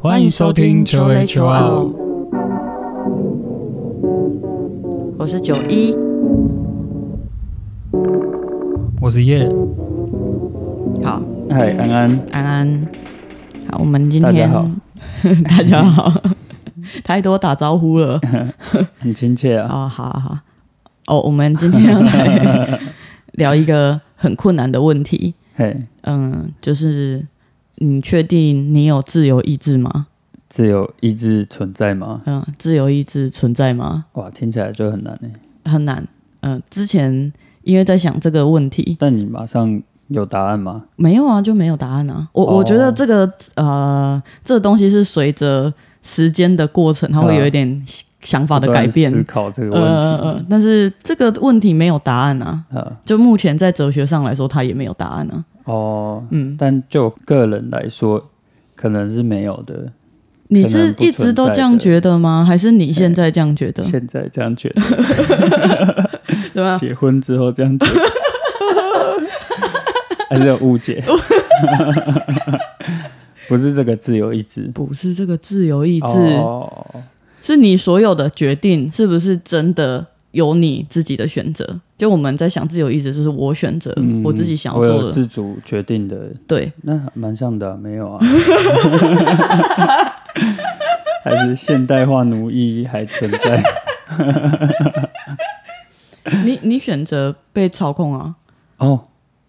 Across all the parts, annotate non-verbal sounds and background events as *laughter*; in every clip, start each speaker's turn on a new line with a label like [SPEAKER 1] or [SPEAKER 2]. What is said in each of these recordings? [SPEAKER 1] 欢迎收听九 A 九二，
[SPEAKER 2] 我是九一，
[SPEAKER 1] 我是叶。
[SPEAKER 2] 好，
[SPEAKER 3] 嗨，
[SPEAKER 2] 嗯
[SPEAKER 3] 安安，
[SPEAKER 2] 安安，好，我们今
[SPEAKER 3] 大家
[SPEAKER 2] 天
[SPEAKER 3] 好，
[SPEAKER 2] *laughs* 大家好，太多打招呼
[SPEAKER 3] *laughs*
[SPEAKER 2] 了，
[SPEAKER 3] 很亲切啊。
[SPEAKER 2] 哦，好好好，哦，我们今天要来聊一个很困难的问题， *laughs*
[SPEAKER 3] 嘿，
[SPEAKER 2] 嗯，就是你确定你有自由意志吗？
[SPEAKER 3] 自由意志存在吗？
[SPEAKER 2] 嗯，自由意志存在吗？
[SPEAKER 3] 哇，听起来就很难诶。欸
[SPEAKER 2] 很难，嗯，之前因为在想这个问题，
[SPEAKER 3] 但你马上有答案吗？
[SPEAKER 2] 没有啊，就没有答案啊。我、
[SPEAKER 3] 哦
[SPEAKER 2] 我觉得这个呃，这个东西是随着时间的过程，它会有一点想法的
[SPEAKER 3] 不断
[SPEAKER 2] 啊改变。
[SPEAKER 3] 思考这个
[SPEAKER 2] 呃呃
[SPEAKER 3] 问
[SPEAKER 2] 呃，但是这个问题没有答案啊。
[SPEAKER 3] 题啊。
[SPEAKER 2] 就目前在哲学上来说，它也没有答案啊。
[SPEAKER 3] 哦，
[SPEAKER 2] 嗯，
[SPEAKER 3] 但就我个人来说，可能是没有的。
[SPEAKER 2] 你是一直都这样觉得吗？还是你现在这样觉得？
[SPEAKER 3] 现在这样觉得，哎
[SPEAKER 2] *laughs* 对吧？
[SPEAKER 3] 结婚之后这
[SPEAKER 2] *laughs*
[SPEAKER 3] 样觉得，还是有误解。 *laughs* 不是这个自由意志，
[SPEAKER 2] 不是这个自由意志，
[SPEAKER 3] 哦，
[SPEAKER 2] 是你所有的决定是不是真的有你自己的选择？就我们在想自由意志，就是我选择、
[SPEAKER 3] 嗯
[SPEAKER 2] 我自己想要
[SPEAKER 3] 我有
[SPEAKER 2] 做的，
[SPEAKER 3] 自主决定的
[SPEAKER 2] 对，
[SPEAKER 3] 那还蛮像的啊、没有啊， *laughs* 还是现代化奴役还
[SPEAKER 2] *laughs*
[SPEAKER 3] 存在？
[SPEAKER 2] 你你选择被操控啊？
[SPEAKER 3] 哦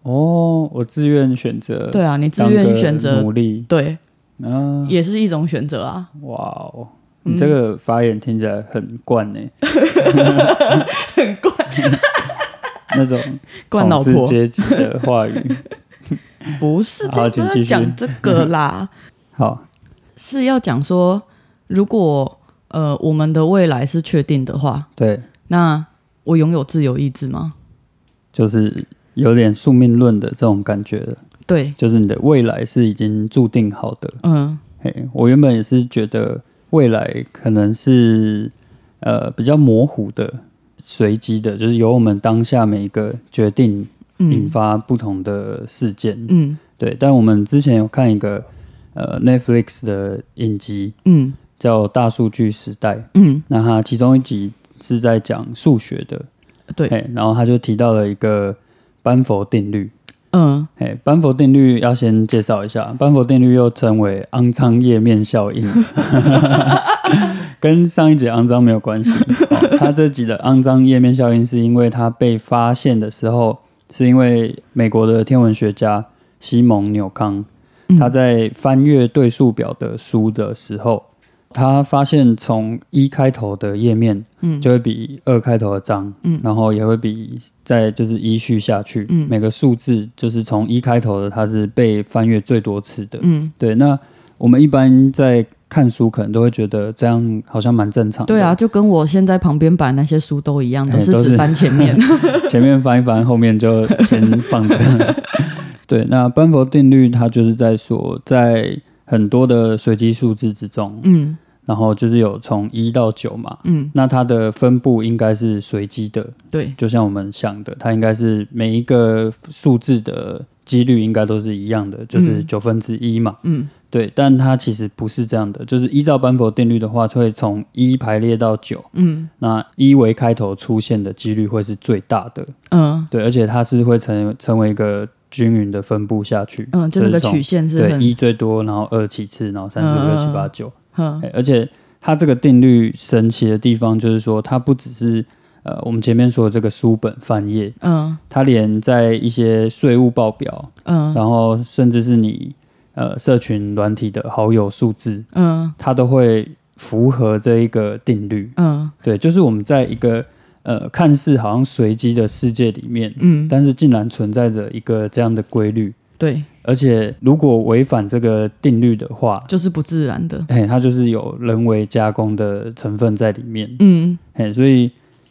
[SPEAKER 3] 哦，我自愿选择，
[SPEAKER 2] 对，啊，你自愿选择，
[SPEAKER 3] 奴隶，
[SPEAKER 2] 对，
[SPEAKER 3] 啊，
[SPEAKER 2] 也是一种选择啊。
[SPEAKER 3] 哇哦，
[SPEAKER 2] 嗯
[SPEAKER 3] 你这个发言听起来很惯欸
[SPEAKER 2] *laughs*
[SPEAKER 3] 呢、很惯， *laughs* 那种
[SPEAKER 2] 惯老
[SPEAKER 3] 统治
[SPEAKER 2] 婆
[SPEAKER 3] 阶级的
[SPEAKER 2] *laughs*
[SPEAKER 3] 话语。
[SPEAKER 2] 不是
[SPEAKER 3] 好
[SPEAKER 2] 这
[SPEAKER 3] 请
[SPEAKER 2] 不
[SPEAKER 3] 继
[SPEAKER 2] 是
[SPEAKER 3] 续
[SPEAKER 2] 讲这个
[SPEAKER 3] *laughs*
[SPEAKER 2] 啦，
[SPEAKER 3] 好，
[SPEAKER 2] 是要讲说，如果呃我们的未来是确定的话，
[SPEAKER 3] 对，
[SPEAKER 2] 那我拥有自由意志吗？
[SPEAKER 3] 就是有点宿命论的这种感觉了，
[SPEAKER 2] 对，
[SPEAKER 3] 就是你的未来是已经注定好的。
[SPEAKER 2] 嗯
[SPEAKER 3] 嘿，我原本也是觉得未来可能是呃比较模糊的、随机的，就是由我们当下每一个决定引
[SPEAKER 2] 嗯
[SPEAKER 3] 发不同的事件。
[SPEAKER 2] 嗯
[SPEAKER 3] 对，但我们之前有看一个呃 Netflix 的影集
[SPEAKER 2] 嗯
[SPEAKER 3] 叫《大数据时代》，
[SPEAKER 2] 嗯，
[SPEAKER 3] 那它其中一集是在讲数学的，
[SPEAKER 2] 对，
[SPEAKER 3] 嘿，然后他就提到了一个班佛定律。
[SPEAKER 2] 嗯
[SPEAKER 3] 哎，班佛定律要先介绍一下，班佛定律又称为肮脏页面效应，跟上一集肮脏没有关系。哦它这集的肮脏页面效应是因为它被发现的时候，是因为美国的天文学家西蒙纽康，
[SPEAKER 2] 嗯
[SPEAKER 3] 他在翻阅对数表的书的时候，他发现从一开头的页面
[SPEAKER 2] 嗯
[SPEAKER 3] 就会比二开头的脏，
[SPEAKER 2] 嗯
[SPEAKER 3] 然后也会比再就是依序下去，
[SPEAKER 2] 嗯
[SPEAKER 3] 每个数字就是从一开头的它是被翻阅最多次的，
[SPEAKER 2] 嗯，
[SPEAKER 3] 对。那我们一般在看书可能都会觉得这样好像蛮正常的，
[SPEAKER 2] 对啊，，就跟我现在旁边摆那些书都一样，
[SPEAKER 3] 哎
[SPEAKER 2] 都是
[SPEAKER 3] 都是
[SPEAKER 2] 只翻前
[SPEAKER 3] *laughs*
[SPEAKER 2] 面。
[SPEAKER 3] 前面翻一翻，后面就先放
[SPEAKER 2] *laughs*
[SPEAKER 3] 着。对，那班佛定律它就是在说，在很多的随机数字之中，
[SPEAKER 2] 嗯
[SPEAKER 3] 然后就是有从一到九嘛，
[SPEAKER 2] 嗯，
[SPEAKER 3] 那它的分布应该是随机的，
[SPEAKER 2] 对，
[SPEAKER 3] 就像我们想的，它应该是每一个数字的几率应该都是一样的，就是
[SPEAKER 2] 嗯
[SPEAKER 3] 九分之一嘛。
[SPEAKER 2] 嗯
[SPEAKER 3] 对，但它其实不是这样的，就是依照班佛定律的话，会从一排列到九，
[SPEAKER 2] 嗯
[SPEAKER 3] 那一为开头出现的几率会是最大的。
[SPEAKER 2] 嗯
[SPEAKER 3] 对，而且它是会成成为一个均匀的分布下去。
[SPEAKER 2] 嗯，就那个
[SPEAKER 3] 是从
[SPEAKER 2] 曲线是
[SPEAKER 3] 对
[SPEAKER 2] 很
[SPEAKER 3] 一最多，然后二其次，然后三四五六七八九。
[SPEAKER 2] 嗯
[SPEAKER 3] 哎而且它这个定律神奇的地方就是说，它不只是呃我们前面说的这个书本翻页，
[SPEAKER 2] 嗯
[SPEAKER 3] 它连在一些税务报表，
[SPEAKER 2] 嗯
[SPEAKER 3] 然后甚至是你呃社群软体的好友数字，
[SPEAKER 2] 嗯
[SPEAKER 3] 它都会符合这一个定律。
[SPEAKER 2] 嗯
[SPEAKER 3] 对，就是我们在一个呃看似好像随机的世界里面，
[SPEAKER 2] 嗯，
[SPEAKER 3] 但是竟然存在着一个这样的规律，
[SPEAKER 2] 对，
[SPEAKER 3] 而且如果违反这个定律的话，
[SPEAKER 2] 就是不自然的。
[SPEAKER 3] 嘿，它就是有人为加工的成分在里面，
[SPEAKER 2] 嗯
[SPEAKER 3] 嘿，所以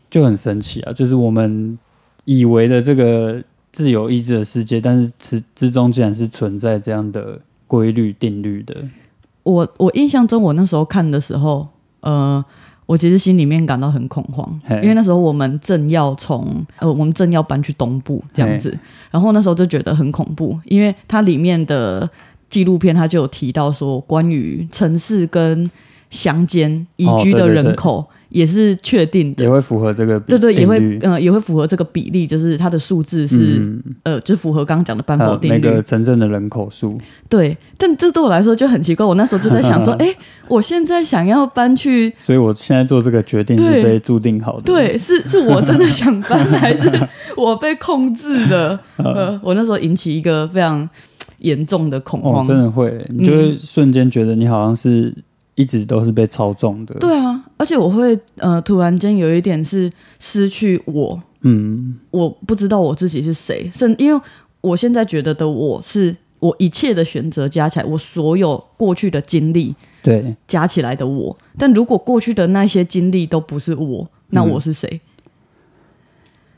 [SPEAKER 3] 就很神奇啊！就是我们以为的这个自由意志的世界，但是之之中竟然是存在这样的规律定律的，
[SPEAKER 2] 我我印象中，我那时候看的时候，呃，我其实心里面感到很恐慌，
[SPEAKER 3] 嘿
[SPEAKER 2] 因为那时候我们正要从呃，我们正要搬去东部这样子，然后那时候就觉得很恐怖，因为它里面的纪录片，它就有提到说，关于城市跟乡间宜居
[SPEAKER 3] 哦
[SPEAKER 2] 的人口也是确定的，
[SPEAKER 3] 也会符合这个比
[SPEAKER 2] 对对，也会
[SPEAKER 3] 定律
[SPEAKER 2] 呃也会符合这个比例，就是它的数字是、
[SPEAKER 3] 嗯
[SPEAKER 2] 呃就符合刚刚讲的班
[SPEAKER 3] 还
[SPEAKER 2] 否
[SPEAKER 3] 有
[SPEAKER 2] 定
[SPEAKER 3] 每
[SPEAKER 2] 律
[SPEAKER 3] 个。城镇的人口数，
[SPEAKER 2] 对，但这对我来说就很奇怪。我那时候就在
[SPEAKER 3] *laughs*
[SPEAKER 2] 想说，哎、我现在想要搬去，
[SPEAKER 3] 所以我现在做这个决定
[SPEAKER 2] 对
[SPEAKER 3] 是被注定好的。
[SPEAKER 2] 对，是是我真
[SPEAKER 3] *laughs*
[SPEAKER 2] 的想搬，还是我被控制的？
[SPEAKER 3] 嗯
[SPEAKER 2] 呃，我那时候引起一个非常严重的恐
[SPEAKER 3] 哦
[SPEAKER 2] 慌，。
[SPEAKER 3] 真的会，你就会瞬间觉得你好像是一直都是被操纵的。，
[SPEAKER 2] 对啊，而且我会呃，突然间有一点是失去我，
[SPEAKER 3] 嗯，
[SPEAKER 2] 我不知道我自己是谁，甚因为我现在觉得的我是我一切的选择加起来，我所有过去的经历
[SPEAKER 3] 对，
[SPEAKER 2] 加起来的我。但如果过去的那些经历都不是我，那我是谁？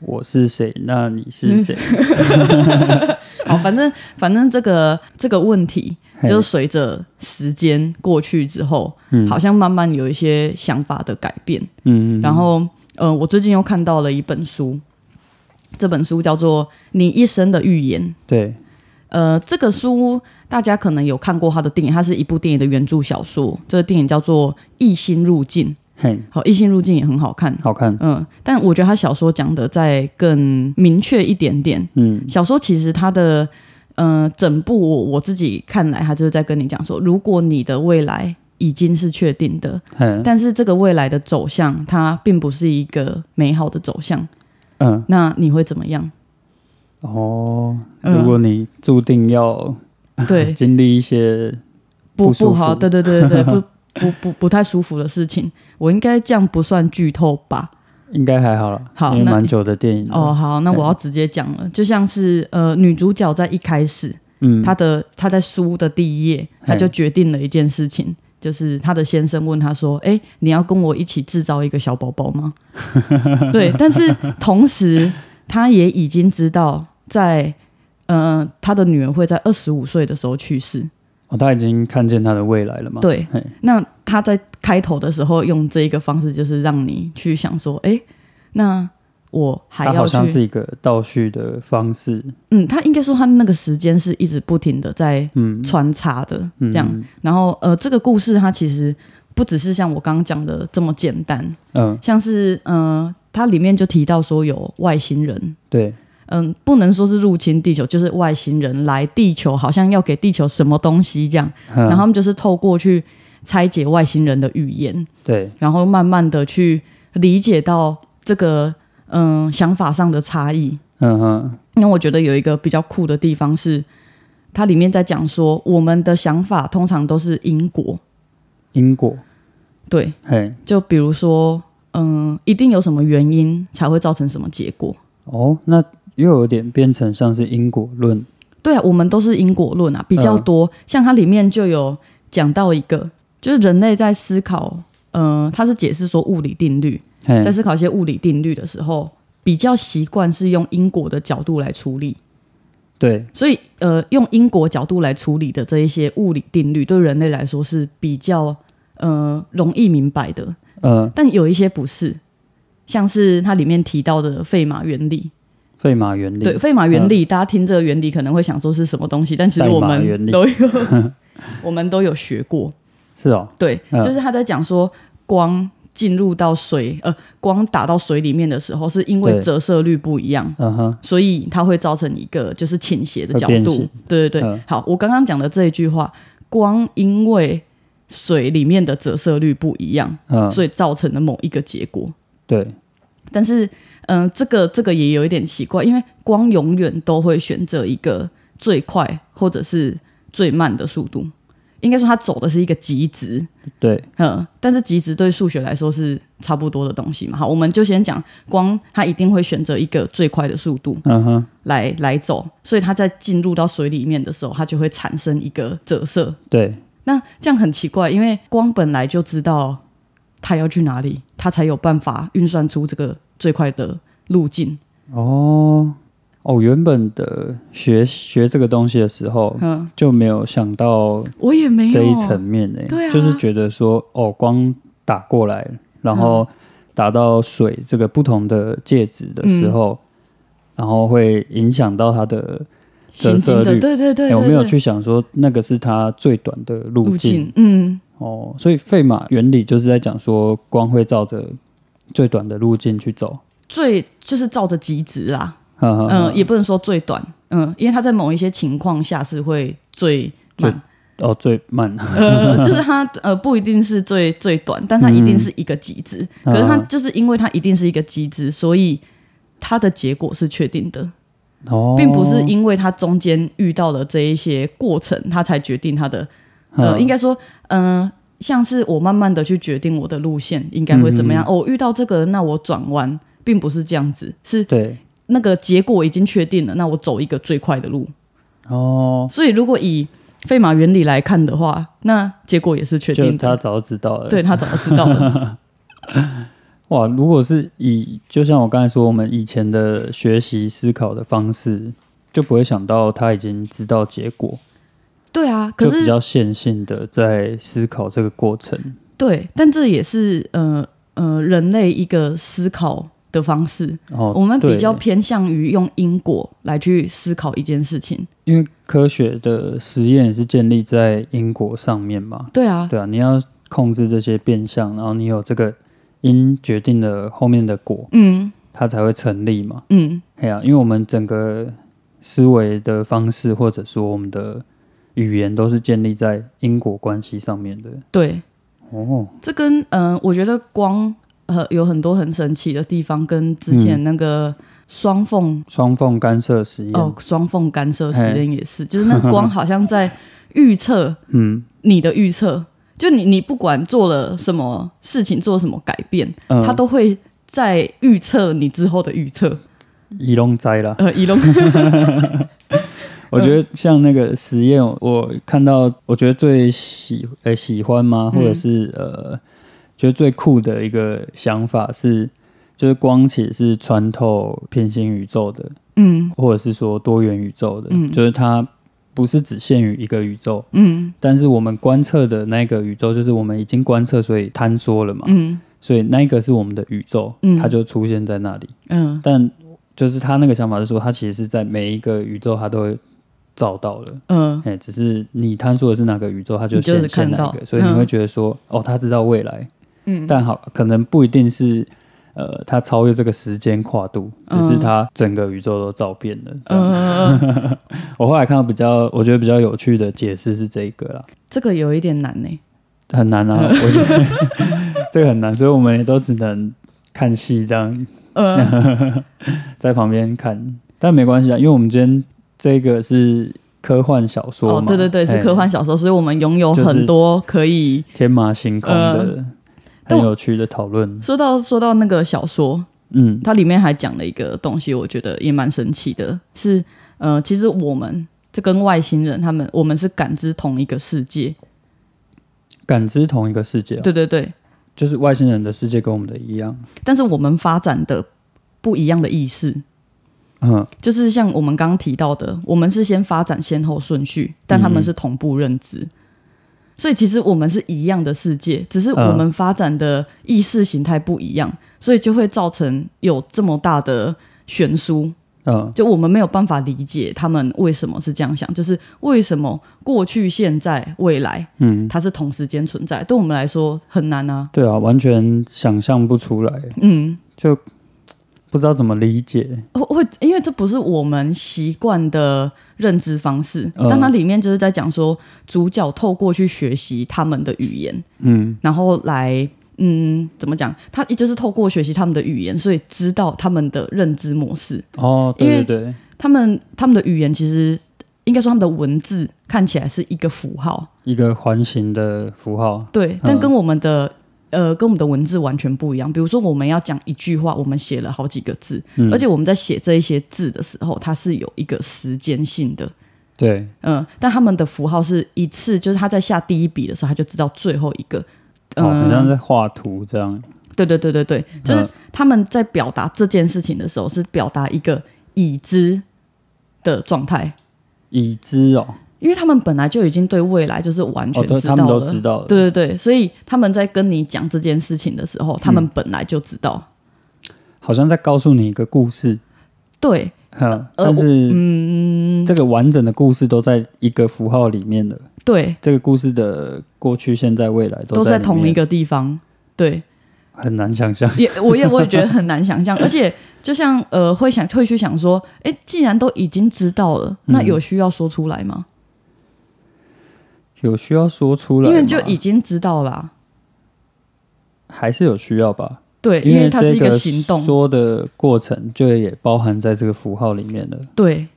[SPEAKER 3] 我是谁？那你是谁？
[SPEAKER 2] 嗯好，反正反正这个这个问题，
[SPEAKER 3] 嗯嘿
[SPEAKER 2] 就是随着时间过去之后，
[SPEAKER 3] 嗯
[SPEAKER 2] 好像慢慢有一些想法的改变。
[SPEAKER 3] 嗯，
[SPEAKER 2] 然后，呃，我最近又看到了一本书，这本书叫做《你一生的预言》。
[SPEAKER 3] 嗯对，
[SPEAKER 2] 呃，这个书大家可能有看过它的电影，它是一部电影的原著小说。这个电影叫做《异星入境》，
[SPEAKER 3] 嘿，
[SPEAKER 2] 好，《异星入境》也很好看。
[SPEAKER 3] 好看，
[SPEAKER 2] 嗯，但我觉得他小说讲的再更明确一点点。
[SPEAKER 3] 嗯，
[SPEAKER 2] 小说其实它的，呃，整部我我自己看来，它就是在跟你讲说，如果你的未来已经是确定的，
[SPEAKER 3] 嘿，
[SPEAKER 2] 但是这个未来的走向，它并不是一个美好的走向。
[SPEAKER 3] 嗯，
[SPEAKER 2] 那你会怎么样？
[SPEAKER 3] 哦，
[SPEAKER 2] 嗯
[SPEAKER 3] 如果你注定要，
[SPEAKER 2] 对
[SPEAKER 3] 经历一些，
[SPEAKER 2] 不
[SPEAKER 3] 不舒服
[SPEAKER 2] 好，对对对对对，不 *laughs* 不不不太舒服的事情，我应该这样不算剧透吧？
[SPEAKER 3] 应该还好了，
[SPEAKER 2] 好
[SPEAKER 3] 因为
[SPEAKER 2] 那
[SPEAKER 3] 蛮久的电影了
[SPEAKER 2] 哦，，好，那我
[SPEAKER 3] 嗯
[SPEAKER 2] 要直接讲了，就像是呃，女主角在一开始，
[SPEAKER 3] 嗯，
[SPEAKER 2] 她的她在书的第一页，她就
[SPEAKER 3] 嘿
[SPEAKER 2] 决定了一件事情。就是她的先生问她说：“哎、你要跟我一起制造一个小宝宝吗？” *laughs* 对，但是同时，她也已经知道在，呃，她的女儿会在二十五岁的时候去世。
[SPEAKER 3] 哦，他已经看见他的未来了嘛？，
[SPEAKER 2] 对
[SPEAKER 3] 嘿，
[SPEAKER 2] 那他在开头的时候用这一个方式，就是让你去想说，哎、那我还
[SPEAKER 3] 他
[SPEAKER 2] 要
[SPEAKER 3] 好像
[SPEAKER 2] 去，
[SPEAKER 3] 是一个倒叙的方式，
[SPEAKER 2] 嗯，他应该说他那个时间是一直不停的在
[SPEAKER 3] 嗯，
[SPEAKER 2] 穿插的
[SPEAKER 3] 嗯
[SPEAKER 2] 这样。，然后呃，这个故事它其实不只是像我刚刚讲的这么简单，
[SPEAKER 3] 嗯，
[SPEAKER 2] 像是呃，它里面就提到说有外星人。
[SPEAKER 3] 对，
[SPEAKER 2] 嗯，不能说是入侵地球，就是外星人来地球，好像要给地球什么东西这样。然
[SPEAKER 3] 然
[SPEAKER 2] 后他们就是透过去拆解外星人的语言，
[SPEAKER 3] 对，
[SPEAKER 2] 然后慢慢的去理解到这个嗯、想法上的差异。
[SPEAKER 3] 嗯哼，
[SPEAKER 2] 因为我觉得有一个比较酷的地方是，它里面在讲说我们的想法通常都是因果，
[SPEAKER 3] 因果，
[SPEAKER 2] 对，
[SPEAKER 3] 嘿，
[SPEAKER 2] 就比如说嗯、一定有什么原因才会造成什么结果。
[SPEAKER 3] 哦，那又有点变成像是因果论，
[SPEAKER 2] 对啊，我们都是因果论啊，比较多。像它里面就有讲到一个，就是人类在思考，嗯，它是解释说物理定律，
[SPEAKER 3] 嘿
[SPEAKER 2] 在，思考一些物理定律的时候，比较习惯是用因果的角度来处理。
[SPEAKER 3] 对，
[SPEAKER 2] 所以，呃，用因果角度来处理的这一些物理定律，对人类来说是比较呃容易明白的，
[SPEAKER 3] 呃，
[SPEAKER 2] 但有一些不是，像是它里面提到的费马原理。
[SPEAKER 3] 费马原理，
[SPEAKER 2] 对，费马原理，大家听这个原理可能会想说是什么东西，但其实
[SPEAKER 3] 赛马
[SPEAKER 2] 我们
[SPEAKER 3] 原理
[SPEAKER 2] 都有，我们都有学过。
[SPEAKER 3] 是哦，
[SPEAKER 2] 对，
[SPEAKER 3] 嗯
[SPEAKER 2] 就是他在讲说光。进入到水，呃，光打到水里面的时候，是因为
[SPEAKER 3] 对
[SPEAKER 2] 折射率不一样，
[SPEAKER 3] 嗯哼，
[SPEAKER 2] 所以它会造成一个就是倾斜的角
[SPEAKER 3] 会变
[SPEAKER 2] 度
[SPEAKER 3] 形。
[SPEAKER 2] 对对对，
[SPEAKER 3] 嗯
[SPEAKER 2] 好，我刚刚讲的这一句话，光因为水里面的折射率不一样，
[SPEAKER 3] 嗯，
[SPEAKER 2] 所以造成的某一个结果。
[SPEAKER 3] 对，
[SPEAKER 2] 但是，嗯、这个这个也有一点奇怪，因为光永远都会选择一个最快或者是最慢的速度，应该说它走的是一个极值。
[SPEAKER 3] 对，
[SPEAKER 2] 嗯，但是极值对数学来说是差不多的东西嘛。好，我们就先讲光，它一定会选择一个最快的速度
[SPEAKER 3] 嗯哼，
[SPEAKER 2] 来来走，所以它在进入到水里面的时候，它就会产生一个折射。
[SPEAKER 3] 对，
[SPEAKER 2] 那这样很奇怪，因为光本来就知道它要去哪里，它才有办法运算出这个最快的路径。
[SPEAKER 3] 哦。哦，原本的学学这个东西的时候
[SPEAKER 2] 嗯，
[SPEAKER 3] 就没有想到
[SPEAKER 2] 我也没有
[SPEAKER 3] 这一层，面呢、
[SPEAKER 2] 哎对啊
[SPEAKER 3] 就是觉得说哦，光打过来，然
[SPEAKER 2] 嗯
[SPEAKER 3] 后打到水
[SPEAKER 2] 嗯
[SPEAKER 3] 这个不同的介质的时候，然后会影响到它的
[SPEAKER 2] 行
[SPEAKER 3] 折
[SPEAKER 2] 进
[SPEAKER 3] 射
[SPEAKER 2] 的，
[SPEAKER 3] 率
[SPEAKER 2] 对对对
[SPEAKER 3] 哎、
[SPEAKER 2] 对，
[SPEAKER 3] 我没有
[SPEAKER 2] 对
[SPEAKER 3] 去想说那个是它最短的路
[SPEAKER 2] 路
[SPEAKER 3] 径
[SPEAKER 2] 径，嗯，
[SPEAKER 3] 哦，所以费马原理就是在讲说光会照着最短的路径去走。
[SPEAKER 2] 最就是照着极值啦，
[SPEAKER 3] 哈哈
[SPEAKER 2] 嗯，也不能说最短，嗯，因为它在某一些情况下是会最慢，
[SPEAKER 3] 哦，最慢，
[SPEAKER 2] 呃， *laughs* 就是它呃不一定是最最短，但它一定是一个极值。
[SPEAKER 3] 嗯
[SPEAKER 2] 可是它
[SPEAKER 3] 嗯
[SPEAKER 2] 就是因为它一定是一个极值，所以它的结果是确定的，
[SPEAKER 3] 哦，
[SPEAKER 2] 并不是因为它中间遇到了这一些过程，它才决定它的呃，
[SPEAKER 3] 嗯
[SPEAKER 2] 应该说，嗯、像是我慢慢的去决定我的路线应该会怎
[SPEAKER 3] 嗯
[SPEAKER 2] 么样。哦，遇到这个，那我转弯，并不是这样子，是
[SPEAKER 3] 对
[SPEAKER 2] 那个结果已经确定了，那我走一个最快的路。
[SPEAKER 3] 哦，
[SPEAKER 2] 所以，如果以费马原理来看的话，那结果也是确
[SPEAKER 3] 就
[SPEAKER 2] 定
[SPEAKER 3] 他
[SPEAKER 2] 的。
[SPEAKER 3] 早就知道了。
[SPEAKER 2] 对他早就知道
[SPEAKER 3] *laughs*
[SPEAKER 2] 了，
[SPEAKER 3] 哇，如果是以就像我刚才说，我们以前的学习思考的方式，就不会想到他已经知道结果，
[SPEAKER 2] 对啊。可
[SPEAKER 3] 就比
[SPEAKER 2] 是
[SPEAKER 3] 较线性的在思考这个过程。
[SPEAKER 2] 对，但这也是呃呃人类一个思考的方式。
[SPEAKER 3] 哦，
[SPEAKER 2] 我们比
[SPEAKER 3] 对
[SPEAKER 2] 较偏向于用因果来去思考一件事情。
[SPEAKER 3] 因为科学的实验是建立在因果上面嘛，
[SPEAKER 2] 对啊，
[SPEAKER 3] 对啊，你要控制这些变相，然后你有这个因决定了后面的果，
[SPEAKER 2] 嗯
[SPEAKER 3] 它才会成立嘛。
[SPEAKER 2] 嗯，
[SPEAKER 3] 哎呀、因为我们整个思维的方式，或者说我们的语言，都是建立在因果关系上面的。
[SPEAKER 2] 对。
[SPEAKER 3] 哦，
[SPEAKER 2] 这跟嗯、呃我觉得光呃有很多很神奇的地方，跟之前那个双缝、
[SPEAKER 3] 双缝干涉实验，
[SPEAKER 2] 哦双缝干涉实验也
[SPEAKER 3] *laughs*
[SPEAKER 2] 是，就是那光好像在预测
[SPEAKER 3] 嗯，
[SPEAKER 2] 你的预测，就你你不管做了什么事情，做什么改变，
[SPEAKER 3] 嗯
[SPEAKER 2] 它都会在预测你之后的预测。
[SPEAKER 3] 移龙灾啦。
[SPEAKER 2] 呃，移
[SPEAKER 3] *laughs*
[SPEAKER 2] 动
[SPEAKER 3] 我觉得像那个实验，我看到我觉得最喜呃喜欢吗，
[SPEAKER 2] 嗯
[SPEAKER 3] 或者是、呃觉得最酷的一个想法是，就是光其实是穿透平行宇宙的，
[SPEAKER 2] 嗯
[SPEAKER 3] 或者是说多元宇宙的，
[SPEAKER 2] 嗯
[SPEAKER 3] 就是它不是只限于一个宇宙，
[SPEAKER 2] 嗯
[SPEAKER 3] 但是我们观测的那个宇宙，就是我们已经观测，所以坍缩了嘛，
[SPEAKER 2] 嗯
[SPEAKER 3] 所以那个是我们的宇宙，
[SPEAKER 2] 嗯
[SPEAKER 3] 它就出现在那里。
[SPEAKER 2] 嗯，
[SPEAKER 3] 但就是他那个想法是说，它其实是在每一个宇宙，它都会照到了。
[SPEAKER 2] 嗯
[SPEAKER 3] 哎、只是你探索的是哪个宇宙，它就
[SPEAKER 2] 你就是
[SPEAKER 3] 显现哪
[SPEAKER 2] 看
[SPEAKER 3] 一
[SPEAKER 2] 到
[SPEAKER 3] 个，所以你
[SPEAKER 2] 嗯
[SPEAKER 3] 会觉得说，哦，他知道未来，
[SPEAKER 2] 嗯，
[SPEAKER 3] 但好，可能不一定是，呃，他超越这个时间跨度，只是
[SPEAKER 2] 嗯
[SPEAKER 3] 他整个宇宙都照遍了。这样
[SPEAKER 2] 呃，
[SPEAKER 3] *laughs* 我后来看到比较，我觉得比较有趣的解释是这一个啦，
[SPEAKER 2] 这个有一点难呢、
[SPEAKER 3] 很难
[SPEAKER 2] *laughs*
[SPEAKER 3] 啊，我觉得 *laughs* 这个很难，所以我们也都只能看戏这样
[SPEAKER 2] 呃，
[SPEAKER 3] *laughs* 在旁边看，但没关系啊，因为我们今天这个是科幻小说
[SPEAKER 2] 哦
[SPEAKER 3] 嘛，，哎
[SPEAKER 2] 对对对，是
[SPEAKER 3] 嘿
[SPEAKER 2] 科幻小说，所以我们拥有
[SPEAKER 3] 就是
[SPEAKER 2] 很多可以
[SPEAKER 3] 天马行空的、
[SPEAKER 2] 嗯但
[SPEAKER 3] 很
[SPEAKER 2] 我
[SPEAKER 3] 有趣的讨论。
[SPEAKER 2] 说到说到那个小说，
[SPEAKER 3] 嗯，
[SPEAKER 2] 它里面还讲了一个东西，我觉得也蛮神奇的，是呃，其实我们这跟外星人他们，我们是感知同一个世界，
[SPEAKER 3] 感知同一个世界、啊，
[SPEAKER 2] 对对对，
[SPEAKER 3] 就是外星人的世界跟我们的一样。
[SPEAKER 2] 但是我们发展的不一样的意识，
[SPEAKER 3] 嗯，
[SPEAKER 2] 就是像我们刚刚提到的，我们是先发展先后顺序，但他们是同步认知。所以其实我们是一样的世界，只是我们发展的意识形态不一样，所以就会造成有这么大的悬殊。
[SPEAKER 3] 嗯，
[SPEAKER 2] 就我们没有办法理解他们为什么是这样想，就是为什么过去、现在、未来
[SPEAKER 3] 嗯，
[SPEAKER 2] 它是同时间存在，对我们来说很难啊。
[SPEAKER 3] 对啊，完全想象不出来，
[SPEAKER 2] 嗯，
[SPEAKER 3] 就不知道怎么理解。
[SPEAKER 2] 会会，因为这不是我们习惯的认知方式。
[SPEAKER 3] 嗯
[SPEAKER 2] 但它里面就是在讲说，主角透过去学习他们的语言，
[SPEAKER 3] 嗯，
[SPEAKER 2] 然后来。嗯，怎么讲？他也就是透过学习他们的语言，所以知道他们的认知模式。
[SPEAKER 3] 哦，
[SPEAKER 2] 因为
[SPEAKER 3] 对对对，
[SPEAKER 2] 他们他们的语言其实应该说他们的文字看起来是一个符号，
[SPEAKER 3] 一个环形的符号。
[SPEAKER 2] 对，但跟我们的、呃跟我们的文字完全不一样。比如说，我们要讲一句话，我们写了好几个字，
[SPEAKER 3] 嗯
[SPEAKER 2] 而且我们在写这一些字的时候，它是有一个时间性的。
[SPEAKER 3] 对，
[SPEAKER 2] 嗯，但他们的符号是一次，就是他在下第一笔的时候，他就知道最后一个。
[SPEAKER 3] 哦，好像
[SPEAKER 2] 嗯，
[SPEAKER 3] 在嗯画图这样。
[SPEAKER 2] 对对对对对，就是他们在表达这件事情的时候，是表达一个已知的状态，
[SPEAKER 3] 已知哦，
[SPEAKER 2] 因为他们本来就已经对未来就是完全
[SPEAKER 3] 哦，
[SPEAKER 2] 知道了，
[SPEAKER 3] 都他们都知道了。
[SPEAKER 2] 对对对，所以他们在跟你讲这件事情的
[SPEAKER 3] 嗯
[SPEAKER 2] 时候，他们本来就知道。
[SPEAKER 3] 好像在告诉你一个故事。
[SPEAKER 2] 对，
[SPEAKER 3] 哼，
[SPEAKER 2] 呃
[SPEAKER 3] 但是
[SPEAKER 2] 嗯，
[SPEAKER 3] 这个完整的故事都在一个符号里面的，
[SPEAKER 2] 对，
[SPEAKER 3] 这个故事的过去、现在、未来
[SPEAKER 2] 都
[SPEAKER 3] 在
[SPEAKER 2] 在
[SPEAKER 3] 里
[SPEAKER 2] 同一
[SPEAKER 3] 面，
[SPEAKER 2] 个地方。对，
[SPEAKER 3] 很难想象。
[SPEAKER 2] 也 *laughs* 我也我也觉得很难
[SPEAKER 3] *laughs*
[SPEAKER 2] 想象，而且就像呃，会想会去想说，哎，既然都已经知道了，那
[SPEAKER 3] 嗯
[SPEAKER 2] 有需要说出来吗？
[SPEAKER 3] 有需要说出来吗，
[SPEAKER 2] 因为就已经知道啊啦、
[SPEAKER 3] 还是有需要吧，
[SPEAKER 2] 对，因
[SPEAKER 3] 因
[SPEAKER 2] 为它是一
[SPEAKER 3] 这
[SPEAKER 2] 个行动，
[SPEAKER 3] 说的过程就也包含在这个符号里面了。
[SPEAKER 2] 对，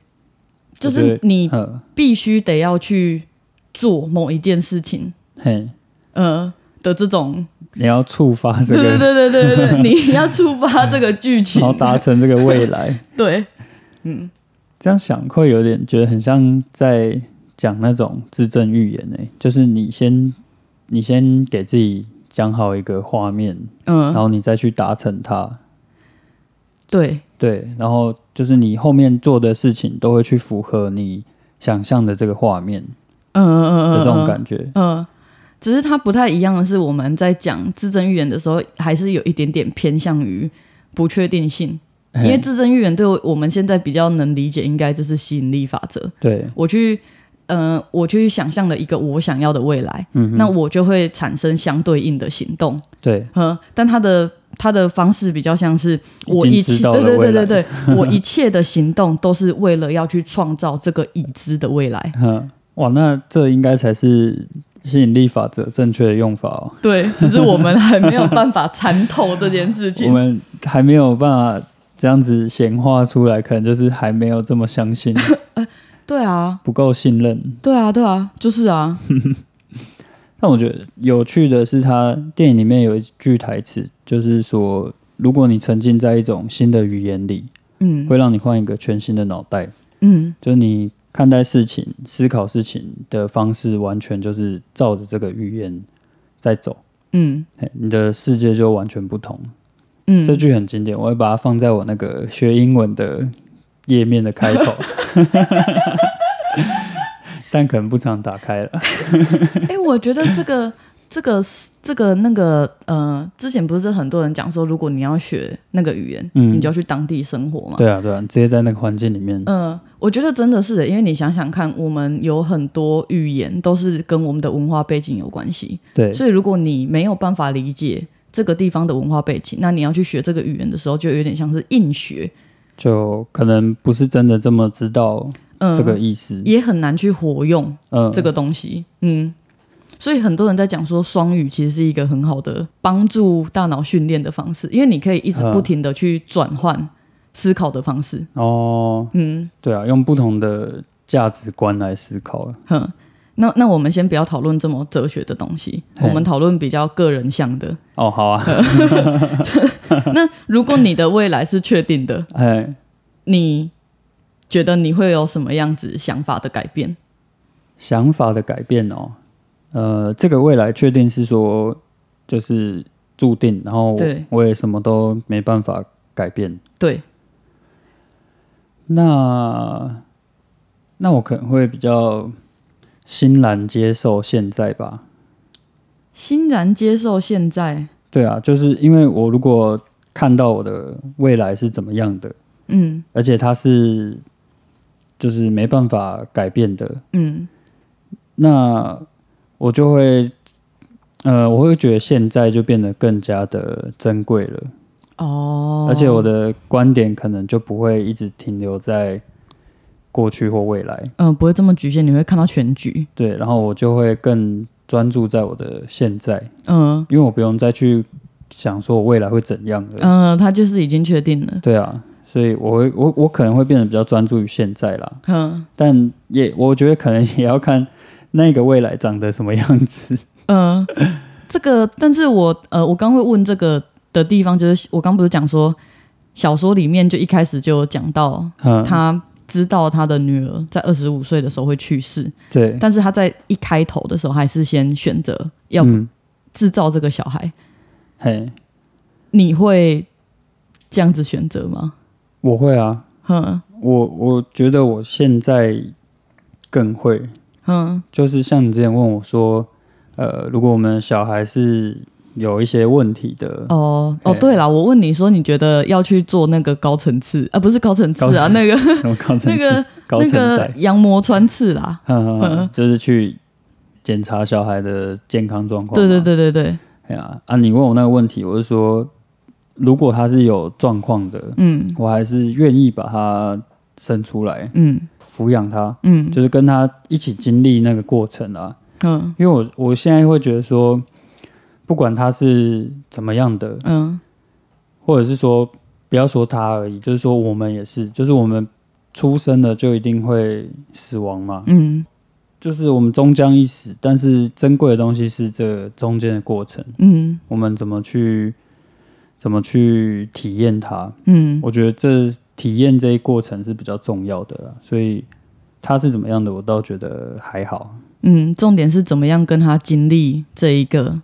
[SPEAKER 2] 就
[SPEAKER 3] 我
[SPEAKER 2] 是
[SPEAKER 3] 觉得
[SPEAKER 2] 你
[SPEAKER 3] 嗯，
[SPEAKER 2] 必须得要去做某一件事情，
[SPEAKER 3] 嘿，
[SPEAKER 2] 呃的这种，
[SPEAKER 3] 你要触发这
[SPEAKER 2] 对
[SPEAKER 3] 个，
[SPEAKER 2] 对对对对对，你要触发这个剧情
[SPEAKER 3] 然，后达成这个未来。
[SPEAKER 2] 对，
[SPEAKER 3] 这样想会有点觉得很像在讲那种自证预言诶、就是你先你先给自己讲好一个画面，然
[SPEAKER 2] 嗯，
[SPEAKER 3] 后你再去达成它。
[SPEAKER 2] 对，
[SPEAKER 3] 对，然后就是你后面做的事情都会去符合你想象的这个画面
[SPEAKER 2] 嗯嗯嗯
[SPEAKER 3] 的
[SPEAKER 2] 嗯，
[SPEAKER 3] 这种
[SPEAKER 2] 觉，
[SPEAKER 3] 感觉。
[SPEAKER 2] 嗯。只是它不太一样的是，我们在讲自证预言的时候，还是有一点点偏向于不确定性。嗯因为
[SPEAKER 3] 嘿
[SPEAKER 2] 自证预言对我我们现在比较能理解，应该就是吸引力法则。
[SPEAKER 3] 对，
[SPEAKER 2] 我去，嗯、我去想象了一个我想要的未来，
[SPEAKER 3] 嗯哼，
[SPEAKER 2] 那我就会产生相对应的行动。
[SPEAKER 3] 对，
[SPEAKER 2] 呵，但他的他的方式比较像是我
[SPEAKER 3] 已
[SPEAKER 2] 一
[SPEAKER 3] 经知
[SPEAKER 2] 切，
[SPEAKER 3] 道
[SPEAKER 2] 对
[SPEAKER 3] 了
[SPEAKER 2] 对对
[SPEAKER 3] 未
[SPEAKER 2] 对
[SPEAKER 3] 来
[SPEAKER 2] 对，我一切的行动都是为了要去创造这个已知的未来。
[SPEAKER 3] 哼，嗯哇，那这应该才是吸引力法则正确的用法哦。
[SPEAKER 2] *laughs* 对，只是我们还没有办法参透这件事
[SPEAKER 3] *laughs* 我
[SPEAKER 2] 情。
[SPEAKER 3] 们还没有办法这样子显化出来，可能就是还没有这么相信，
[SPEAKER 2] 对啊，
[SPEAKER 3] 不够信任。
[SPEAKER 2] 对啊，对啊，就是啊，
[SPEAKER 3] 但我觉得有趣的是他，电影里面有一句台词，就是说，如果你沉浸在一种新的语言里，
[SPEAKER 2] 嗯
[SPEAKER 3] 会让你换一个全新的脑袋，
[SPEAKER 2] 嗯，
[SPEAKER 3] 就是你看待事情、思考事情的方式，完全就是照着这个语言在走，
[SPEAKER 2] 嗯
[SPEAKER 3] 嘿你的世界就完全不同。
[SPEAKER 2] 嗯，
[SPEAKER 3] 这句很经典，我会把它放在我那个学英文的页面的开头，但可能不常打开了。
[SPEAKER 2] 哎、我觉得这个 *laughs* 这个这个那个呃，之前不是很多人讲说，如果你要学那个语言，
[SPEAKER 3] 嗯
[SPEAKER 2] 你就要去当地生活嘛。
[SPEAKER 3] 对啊，对啊，直接在那个环境里面，
[SPEAKER 2] 嗯、我觉得真的是的，因为你想想看，我们有很多语言都是跟我们的文化背景有关系，
[SPEAKER 3] 对，
[SPEAKER 2] 所以如果你没有办法理解这个地方的文化背景，那你要去学这个语言的时候，就有点像是硬学，
[SPEAKER 3] 就可能不是真的这么知道
[SPEAKER 2] 嗯、
[SPEAKER 3] 这个意思。
[SPEAKER 2] 也很难去活用
[SPEAKER 3] 嗯，
[SPEAKER 2] 这个东西，嗯。所以很多人在讲说，双语其实是一个很好的帮助大脑训练的方式，因为你可以一直
[SPEAKER 3] 嗯
[SPEAKER 2] 不停的去转换思考的方式。
[SPEAKER 3] 哦，
[SPEAKER 2] 嗯
[SPEAKER 3] 对啊，用不同的价值观来思考了。
[SPEAKER 2] 哼，那那我们先不要讨论这么哲学的东西，
[SPEAKER 3] 嘿
[SPEAKER 2] 我们讨论比较个人向的。
[SPEAKER 3] 哦，好啊，
[SPEAKER 2] 嗯那如果你的未来是确定的，
[SPEAKER 3] *laughs* 哎，
[SPEAKER 2] 你觉得你会有什么样子想法的改变？
[SPEAKER 3] 想法的改变哦，呃，这个未来确定是说就是注定，然后我
[SPEAKER 2] 对
[SPEAKER 3] 我也什么都没办法改变。
[SPEAKER 2] 对，
[SPEAKER 3] 那那我可能会比较欣然接受现在吧。
[SPEAKER 2] 欣然接受现在。
[SPEAKER 3] 对啊，就是因为我如果看到我的未来是怎么样的，
[SPEAKER 2] 嗯
[SPEAKER 3] 而且它是就是没办法改变的，
[SPEAKER 2] 嗯
[SPEAKER 3] 那我就会呃，我会觉得现在就变得更加的珍贵了，
[SPEAKER 2] 哦，
[SPEAKER 3] 而且我的观点可能就不会一直停留在过去或未来。
[SPEAKER 2] 嗯、不会这么局限，你会看到全局。
[SPEAKER 3] 对，然后我就会更专注在我的现在，
[SPEAKER 2] 嗯
[SPEAKER 3] 因为我不用再去想说我未来会怎样了。
[SPEAKER 2] 嗯、他就是已经确定了。
[SPEAKER 3] 对啊，所以我会我我可能会变得比较专注于现在啦，
[SPEAKER 2] 嗯
[SPEAKER 3] 但也我觉得可能也要看那个未来长得什么样子。
[SPEAKER 2] *laughs* 嗯、这个，但是我呃，我刚会问这个的地方，就是我刚不是讲说，小说里面就一开始就有讲到，
[SPEAKER 3] 嗯，
[SPEAKER 2] 他知道他的女儿在二十五岁的时候会去世，
[SPEAKER 3] 对，
[SPEAKER 2] 但是他在一开头的时候还是先选择要
[SPEAKER 3] 嗯，
[SPEAKER 2] 制造这个小孩。
[SPEAKER 3] 嘿，
[SPEAKER 2] 你会这样子选择吗？
[SPEAKER 3] 我会啊，
[SPEAKER 2] 哼
[SPEAKER 3] 我我觉得我现在更会，
[SPEAKER 2] 哼
[SPEAKER 3] 嗯就是像你之前问我说，呃，如果我们小孩是有一些问题的。 *laughs*
[SPEAKER 2] 哦
[SPEAKER 3] 对
[SPEAKER 2] 哦，对了，我问你说，你觉得要去做那个高层次啊？不是高层次
[SPEAKER 3] 高
[SPEAKER 2] 啊，
[SPEAKER 3] 层
[SPEAKER 2] 那个
[SPEAKER 3] 什么高
[SPEAKER 2] *laughs*
[SPEAKER 3] 层
[SPEAKER 2] 那
[SPEAKER 3] 次
[SPEAKER 2] 个
[SPEAKER 3] 高
[SPEAKER 2] 那
[SPEAKER 3] 层
[SPEAKER 2] 个
[SPEAKER 3] 仔，
[SPEAKER 2] 羊膜穿刺啦。
[SPEAKER 3] 嗯，嗯就是去检查小孩的健康状况。
[SPEAKER 2] 对对，对对对，
[SPEAKER 3] 哎呀啊，你问我那个问题，我是说，如果他是有状况的，
[SPEAKER 2] 嗯
[SPEAKER 3] 我还是愿意把他生出来
[SPEAKER 2] 嗯
[SPEAKER 3] 抚养他，
[SPEAKER 2] 嗯
[SPEAKER 3] 就是跟他一起经历那个过程啊。
[SPEAKER 2] 嗯
[SPEAKER 3] 因为我我现在会觉得说，不管他是怎么样的，
[SPEAKER 2] 嗯
[SPEAKER 3] 或者是说不要说他而已，就是说我们也是，就是我们出生了就一定会死亡嘛，
[SPEAKER 2] 嗯
[SPEAKER 3] 就是我们终将一死，但是珍贵的东西是这个中间的过程，
[SPEAKER 2] 嗯
[SPEAKER 3] 我们怎么去怎么去体验它？
[SPEAKER 2] 嗯
[SPEAKER 3] 我觉得这体验这一过程是比较重要的啦，所以他是怎么样的，我倒觉得还好。
[SPEAKER 2] 嗯，重点是怎么样跟他经历这一个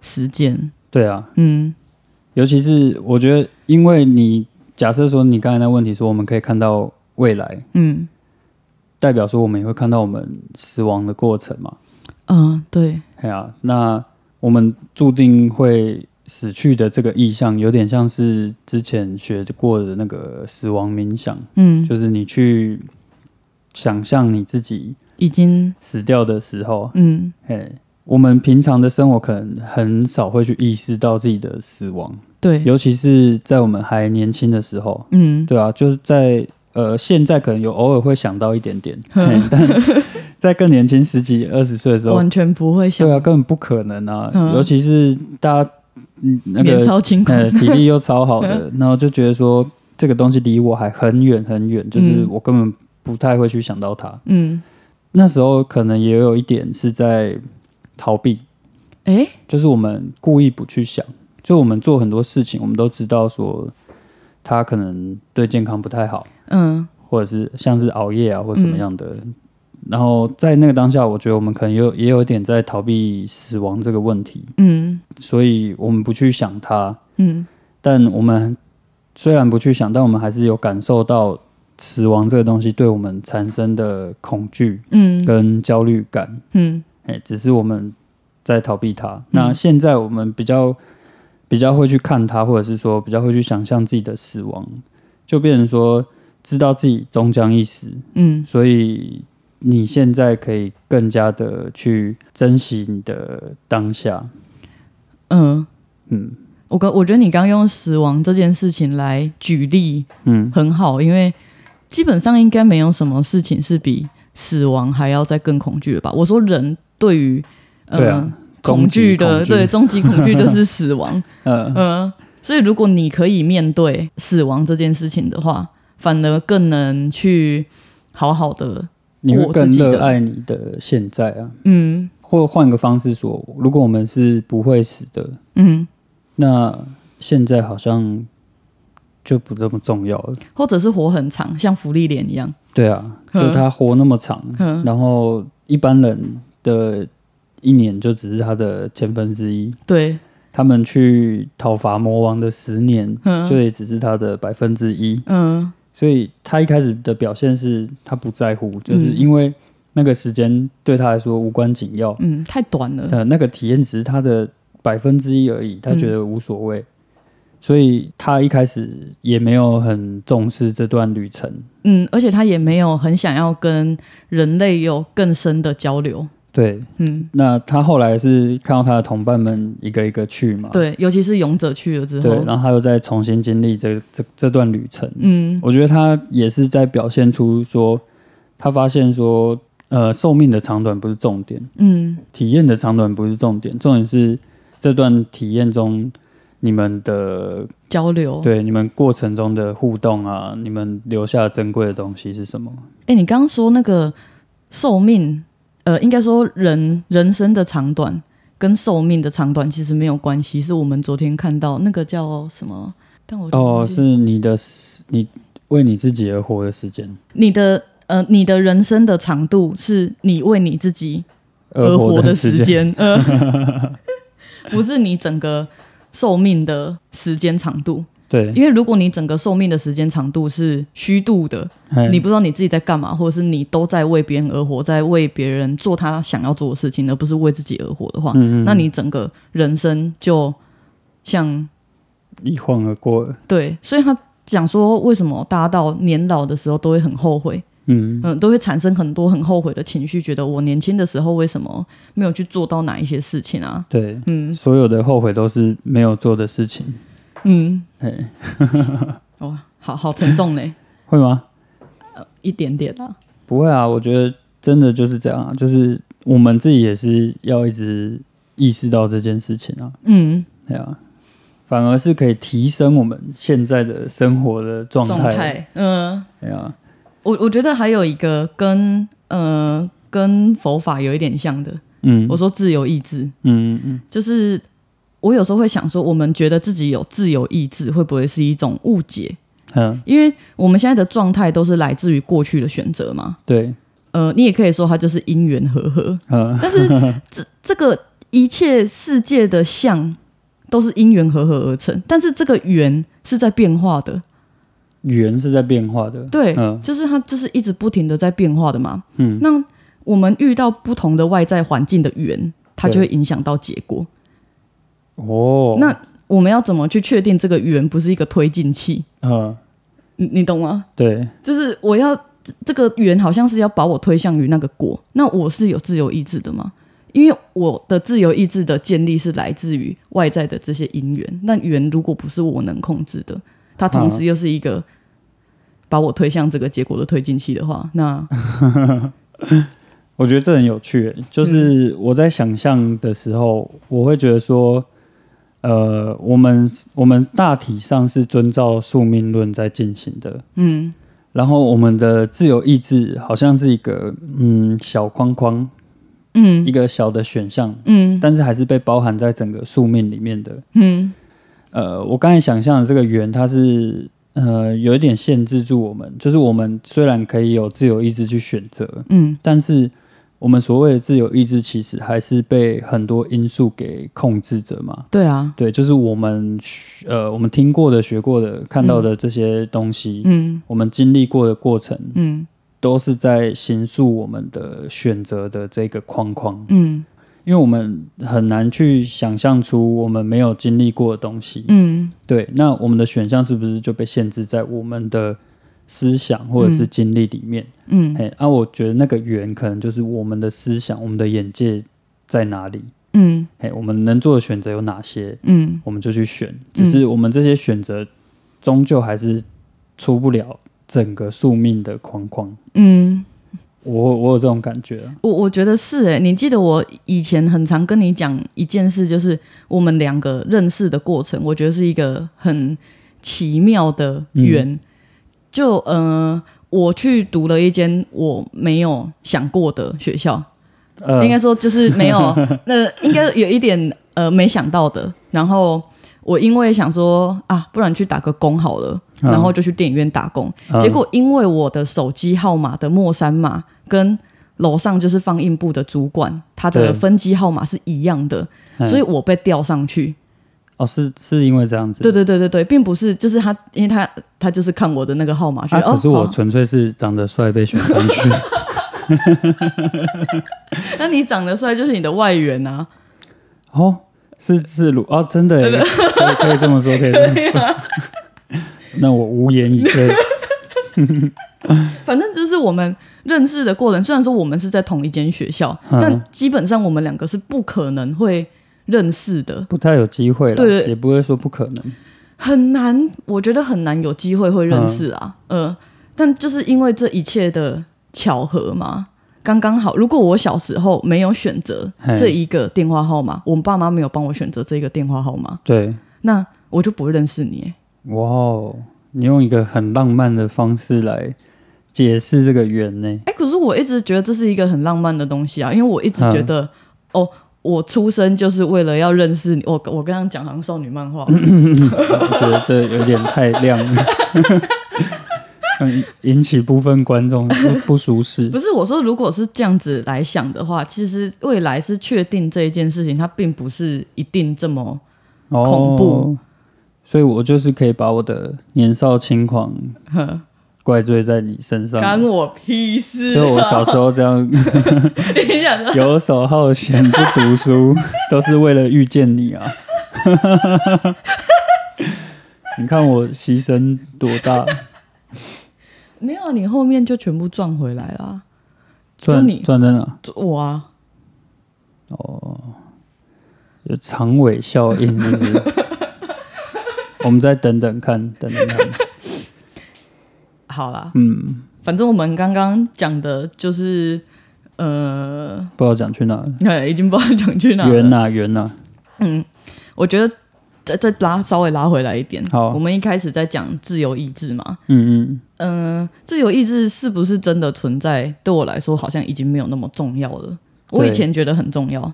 [SPEAKER 2] 时间。
[SPEAKER 3] 对啊，
[SPEAKER 2] 嗯
[SPEAKER 3] 尤其是我觉得，因为你假设说你刚才那问题说，我们可以看到未来，
[SPEAKER 2] 嗯
[SPEAKER 3] 代表说我们也会看到我们死亡的过程嘛。
[SPEAKER 2] 嗯，对，
[SPEAKER 3] 哎呀、那我们注定会死去的这个意象，有点像是之前学过的那个死亡冥想，
[SPEAKER 2] 嗯，
[SPEAKER 3] 就是你去想象你自己
[SPEAKER 2] 已经
[SPEAKER 3] 死掉的时候，
[SPEAKER 2] 嗯
[SPEAKER 3] 嘿，我们平常的生活可能很少会去意识到自己的死亡，
[SPEAKER 2] 对，
[SPEAKER 3] 尤其是在我们还年轻的时候，
[SPEAKER 2] 嗯
[SPEAKER 3] 对啊，就是在呃现在可能有偶尔会想到一点
[SPEAKER 2] *laughs*
[SPEAKER 3] 点，
[SPEAKER 2] 嗯
[SPEAKER 3] 嘿但在更年轻十几二十岁的时候，
[SPEAKER 2] 完全不会哦想
[SPEAKER 3] 对啊，根本不可能啊，
[SPEAKER 2] 嗯
[SPEAKER 3] 尤其是大家嗯那
[SPEAKER 2] 年
[SPEAKER 3] 个
[SPEAKER 2] 少轻狂。
[SPEAKER 3] *laughs* 呃体力又超好
[SPEAKER 2] *laughs*
[SPEAKER 3] 的，然后就觉得说这个东西离我还很远很远，就是
[SPEAKER 2] 嗯
[SPEAKER 3] 我根本不太会去想到它。
[SPEAKER 2] 嗯，
[SPEAKER 3] 那时候可能也有一点是在逃避，
[SPEAKER 2] 诶，
[SPEAKER 3] 就是我们故意不去想，就我们做很多事情，我们都知道说它可能对健康不太好，
[SPEAKER 2] 嗯
[SPEAKER 3] 或者是像是熬夜啊或者怎么样的。然后在那个当下，我觉得我们可能有也有一点在逃避死亡这个问题，
[SPEAKER 2] 嗯
[SPEAKER 3] 所以我们不去想它。
[SPEAKER 2] 嗯
[SPEAKER 3] 但我们虽然不去想，但我们还是有感受到死亡这个东西对我们产生的恐惧
[SPEAKER 2] 嗯
[SPEAKER 3] 跟焦虑感。
[SPEAKER 2] 嗯
[SPEAKER 3] 哎、只是我们在逃避它。那现在我们比较比较会去看它，或者是说比较会去想象自己的死亡，就变成说知道自己终将一死，
[SPEAKER 2] 嗯
[SPEAKER 3] 所以你现在可以更加的去珍惜你的当下。
[SPEAKER 2] 嗯，
[SPEAKER 3] 嗯
[SPEAKER 2] 我刚我觉得你刚用死亡这件事情来举例，
[SPEAKER 3] 嗯，
[SPEAKER 2] 很好，因为基本上应该没有什么事情是比死亡还要再更恐惧了吧？我说人对于呃
[SPEAKER 3] 对啊
[SPEAKER 2] 恐惧的
[SPEAKER 3] 终极恐
[SPEAKER 2] 对终极
[SPEAKER 3] 惧
[SPEAKER 2] 恐惧就是死
[SPEAKER 3] *laughs*
[SPEAKER 2] 亡，
[SPEAKER 3] 呃，
[SPEAKER 2] 嗯、所以如果你可以面对死亡这件事情的话，反而更能去好好的
[SPEAKER 3] 你会
[SPEAKER 2] 我自
[SPEAKER 3] 更
[SPEAKER 2] 己的
[SPEAKER 3] 热爱你的现在啊。
[SPEAKER 2] 嗯
[SPEAKER 3] 或换个方式说，如果我们是不会死的，
[SPEAKER 2] 嗯，
[SPEAKER 3] 那现在好像就不这么重要了。
[SPEAKER 2] 或者是活很长，像福利脸一样，
[SPEAKER 3] 对啊，
[SPEAKER 2] 嗯
[SPEAKER 3] 就他活那么长，
[SPEAKER 2] 嗯
[SPEAKER 3] 然后一般人的一年就只是他的千分之一，
[SPEAKER 2] 对，
[SPEAKER 3] 他们去讨伐魔王的十年，
[SPEAKER 2] 嗯
[SPEAKER 3] 就也只是他的百分之一。
[SPEAKER 2] 嗯
[SPEAKER 3] 所以他一开始的表现是他不在乎，就是
[SPEAKER 2] 嗯
[SPEAKER 3] 因为那个时间对他来说无关紧要，
[SPEAKER 2] 嗯，太短了，
[SPEAKER 3] 呃，那个体验只是他的百分之一而已，他觉得
[SPEAKER 2] 嗯
[SPEAKER 3] 无所谓。所以他一开始也没有很重视这段旅程，
[SPEAKER 2] 嗯，而且他也没有很想要跟人类有更深的交流，
[SPEAKER 3] 对，
[SPEAKER 2] 嗯。
[SPEAKER 3] 那他后来是看到他的同伴们一个一个去嘛，
[SPEAKER 2] 对，尤其是勇者去了之
[SPEAKER 3] 啊对
[SPEAKER 2] 后，
[SPEAKER 3] 然后他又再重新经历这这这段旅程。
[SPEAKER 2] 嗯
[SPEAKER 3] 我觉得他也是在表现出说，他发现说，呃，寿命的长短不是重点，
[SPEAKER 2] 嗯
[SPEAKER 3] 体验的长短不是重点，重点是这段体验中你们的
[SPEAKER 2] 交流。，
[SPEAKER 3] 对你们过程中的互动啊，你们留下珍贵的东西是什么？
[SPEAKER 2] 哎、你刚刚说那个寿命，呃，应该说人人生的长短跟寿命的长短其实没有关系，是我们昨天看到那个叫什么？但我
[SPEAKER 3] 哦，
[SPEAKER 2] 忘记
[SPEAKER 3] 是你的你为你自己而活的时间，
[SPEAKER 2] 你的呃，你的人生的长度是你为你自己而
[SPEAKER 3] 而
[SPEAKER 2] 活
[SPEAKER 3] 的
[SPEAKER 2] 的时
[SPEAKER 3] *laughs*
[SPEAKER 2] 间， *laughs* 呃，不是你整个寿命的时间长度。
[SPEAKER 3] 对，
[SPEAKER 2] 因为如果你整个寿命的时间长度是虚度的，
[SPEAKER 3] 哎
[SPEAKER 2] 你不知道你自己在干嘛，或者是你都在为别人而活，在为别人做他想要做的事情，而不是为自己而活的话，
[SPEAKER 3] 嗯
[SPEAKER 2] 啊
[SPEAKER 3] 嗯
[SPEAKER 2] 那你整个人生就像
[SPEAKER 3] 一晃而过了，
[SPEAKER 2] 对，所以他讲说为什么大家到年老的时候都会很后悔，
[SPEAKER 3] 嗯，
[SPEAKER 2] 嗯，都会产生很多很后悔的情绪，觉得我年轻的时候为什么没有去做到哪一些事情啊？
[SPEAKER 3] 对，
[SPEAKER 2] 嗯
[SPEAKER 3] 所有的后悔都是没有做的事情，
[SPEAKER 2] 嗯，
[SPEAKER 3] 哎，
[SPEAKER 2] 哇，好好沉重嘞，
[SPEAKER 3] 会吗？
[SPEAKER 2] 一点点啊，
[SPEAKER 3] 不会啊，我觉得真的就是这样啊，就是我们自己也是要一直意识到这件事情啊，
[SPEAKER 2] 嗯，
[SPEAKER 3] 对啊，反而是可以提升我们现在的生活的状
[SPEAKER 2] 状
[SPEAKER 3] 态，啊
[SPEAKER 2] 态，嗯。
[SPEAKER 3] 对啊，
[SPEAKER 2] 我我觉得还有一个跟呃跟佛法有一点像的，
[SPEAKER 3] 嗯，
[SPEAKER 2] 我说自由意志，
[SPEAKER 3] 嗯嗯嗯，
[SPEAKER 2] 就是我有时候会想说，我们觉得自己有自由意志，会不会是一种误解？
[SPEAKER 3] 嗯，
[SPEAKER 2] 因为我们现在的状态都是来自于过去的选择嘛。
[SPEAKER 3] 对，
[SPEAKER 2] 呃，你也可以说它就是因缘和合，
[SPEAKER 3] 嗯，
[SPEAKER 2] 但是这这个一切世界的相都是因缘和合而成，但是这个缘是在变化的，
[SPEAKER 3] 缘是在变化的，
[SPEAKER 2] 对，
[SPEAKER 3] 嗯
[SPEAKER 2] 就是它就是一直不停的在变化的嘛。
[SPEAKER 3] 嗯，
[SPEAKER 2] 那我们遇到不同的外在环境的缘，它就会影响到结果。
[SPEAKER 3] 哦，
[SPEAKER 2] 那我们要怎么去确定这个缘不是一个推进器？
[SPEAKER 3] 嗯，
[SPEAKER 2] 你你懂吗？
[SPEAKER 3] 对，
[SPEAKER 2] 就是我要这这个缘好像是要把我推向于那个果，那我是有自由意志的吗？因为我的自由意志的建立是来自于外在的这些因缘，那缘如果不是我能控制的，它同
[SPEAKER 3] 啊
[SPEAKER 2] 时又是一个把我推向这个结果的推进器的话，那
[SPEAKER 3] 我觉得这很有趣耶，就是
[SPEAKER 2] 嗯
[SPEAKER 3] 我在想象的时候，我会觉得说，呃，我们我们大体上是遵照宿命论在进行的，
[SPEAKER 2] 嗯
[SPEAKER 3] 然后我们的自由意志好像是一个嗯小框框，一
[SPEAKER 2] 嗯
[SPEAKER 3] 个小的选项，
[SPEAKER 2] 嗯
[SPEAKER 3] 但是还是被包含在整个宿命里面的。
[SPEAKER 2] 嗯
[SPEAKER 3] 呃，我刚才想象的这个圆，它是呃有一点限制住我们，就是我们虽然可以有自由意志去选择，
[SPEAKER 2] 嗯
[SPEAKER 3] 但是我们所谓的自由意志，其实还是被很多因素给控制着嘛。
[SPEAKER 2] 对啊，
[SPEAKER 3] 对，就是我们学呃，我们听过的、学过的、看到的这些东西，
[SPEAKER 2] 嗯
[SPEAKER 3] 我们经历过的过程，
[SPEAKER 2] 嗯
[SPEAKER 3] 都是在形塑我们的选择的这个框框，
[SPEAKER 2] 嗯
[SPEAKER 3] 因为我们很难去想象出我们没有经历过的东西。
[SPEAKER 2] 嗯
[SPEAKER 3] 对，那我们的选项是不是就被限制在我们的思想或者是
[SPEAKER 2] 嗯
[SPEAKER 3] 经历里面？
[SPEAKER 2] 嗯
[SPEAKER 3] 嘿，啊，我觉得那个圆可能就是我们的思想，我们的眼界在哪里？
[SPEAKER 2] 嗯
[SPEAKER 3] 嘿，我们能做的选择有哪些？
[SPEAKER 2] 嗯，
[SPEAKER 3] 我们就去选。只是我们这些选择，终究还是出不了整个宿命的框框。
[SPEAKER 2] 嗯，
[SPEAKER 3] 我我有这种感觉、啊，
[SPEAKER 2] 我我觉得是诶、你记得我以前很常跟你讲一件事，就是我们两个认识的过程，我觉得是一个很奇妙的缘。就呃，我去读了一间我没有想过的学校，
[SPEAKER 3] 呃，
[SPEAKER 2] 应该说就是没有，
[SPEAKER 3] *laughs*
[SPEAKER 2] 那应该有一点呃没想到的。然后我因为想说啊，不然去打个工好了，
[SPEAKER 3] 嗯
[SPEAKER 2] 然后就去电影院打工。
[SPEAKER 3] 嗯
[SPEAKER 2] 结果因为我的手机号码的末三码跟楼上就是放映部的主管他
[SPEAKER 3] 对
[SPEAKER 2] 的分机号码是一样的，
[SPEAKER 3] 嗯
[SPEAKER 2] 所以我被调上去。
[SPEAKER 3] 哦，是是因为这样子，
[SPEAKER 2] 对对对对对，并不是就是他，因为他他就是看我的那个号码，觉
[SPEAKER 3] 啊，
[SPEAKER 2] 得、
[SPEAKER 3] 可是
[SPEAKER 2] 哦
[SPEAKER 3] 我
[SPEAKER 2] 好，
[SPEAKER 3] 纯粹是长得帅被选上去，
[SPEAKER 2] 那你长得帅就是你的外援
[SPEAKER 3] *laughs*
[SPEAKER 2] 啊。 *laughs*
[SPEAKER 3] 哦，是是鲁哦，真的耶，可以可以这么说，可以这么
[SPEAKER 2] *laughs*
[SPEAKER 3] 说。
[SPEAKER 2] 啊
[SPEAKER 3] 那我无言以对。
[SPEAKER 2] 反正就是我们认识的过程，虽然说我们是在同一间学校，
[SPEAKER 3] 嗯
[SPEAKER 2] 但基本上我们两个是不可能会认识的，
[SPEAKER 3] 不太有机会了，
[SPEAKER 2] 对对
[SPEAKER 3] 也不会说不可能。
[SPEAKER 2] 很难，我觉得很难有机会会认识啊。
[SPEAKER 3] 嗯
[SPEAKER 2] 呃，但就是因为这一切的巧合嘛，刚刚好。如果我小时候没有选择
[SPEAKER 3] 嘿
[SPEAKER 2] 这一个电话号码，我爸妈没有帮我选择这一个电话号码，
[SPEAKER 3] 对，
[SPEAKER 2] 那我就不会认识你欸。
[SPEAKER 3] 哇哦，你用一个很浪漫的方式来解释这个圆呢、
[SPEAKER 2] 哎、可是我一直觉得这是一个很浪漫的东西啊，因为我一
[SPEAKER 3] 嗯
[SPEAKER 2] 直觉得，哦，我出生就是为了要认识你。我我刚刚讲好像少女漫画，
[SPEAKER 3] *clears throat* 我觉得这有点太亮了， *laughs* 嗯，引起部分观众不不舒适
[SPEAKER 2] 不。是我说，如果是这样子来想的话，其实未来 *laughs* 是确定这一件事情，它并不是一定这么
[SPEAKER 3] 哦
[SPEAKER 2] 恐怖，
[SPEAKER 3] 所以我就是可以把我的年少轻狂怪罪在你身上。
[SPEAKER 2] 干我屁事、啊！
[SPEAKER 3] 所以我小时候这样
[SPEAKER 2] *laughs* 你想 *laughs* 说
[SPEAKER 3] 游手好闲、不读书，都是为了遇见你啊！ *laughs* 你看我牺牲多大，
[SPEAKER 2] 没有，啊你后面就全部赚回来啦。就
[SPEAKER 3] 赚
[SPEAKER 2] 你
[SPEAKER 3] 赚在哪？
[SPEAKER 2] 我啊，
[SPEAKER 3] 有长尾效应，是不是？
[SPEAKER 2] *laughs*
[SPEAKER 3] 我们再等等看，等等看。
[SPEAKER 2] 好啦，
[SPEAKER 3] 嗯，
[SPEAKER 2] 反正我们刚刚讲的就是呃，
[SPEAKER 3] 不知道讲去哪了，
[SPEAKER 2] 哎已经不知道讲去哪了
[SPEAKER 3] 圆。呐圆啊呐，
[SPEAKER 2] 嗯我觉得再再拉稍微拉回来一点，
[SPEAKER 3] 好
[SPEAKER 2] 我们一开始在讲自由意志嘛，
[SPEAKER 3] 嗯嗯，
[SPEAKER 2] 嗯、自由意志是不是真的存在？对我来说，好像已经没有那么重要了。我
[SPEAKER 3] 对
[SPEAKER 2] 以前觉得很重要，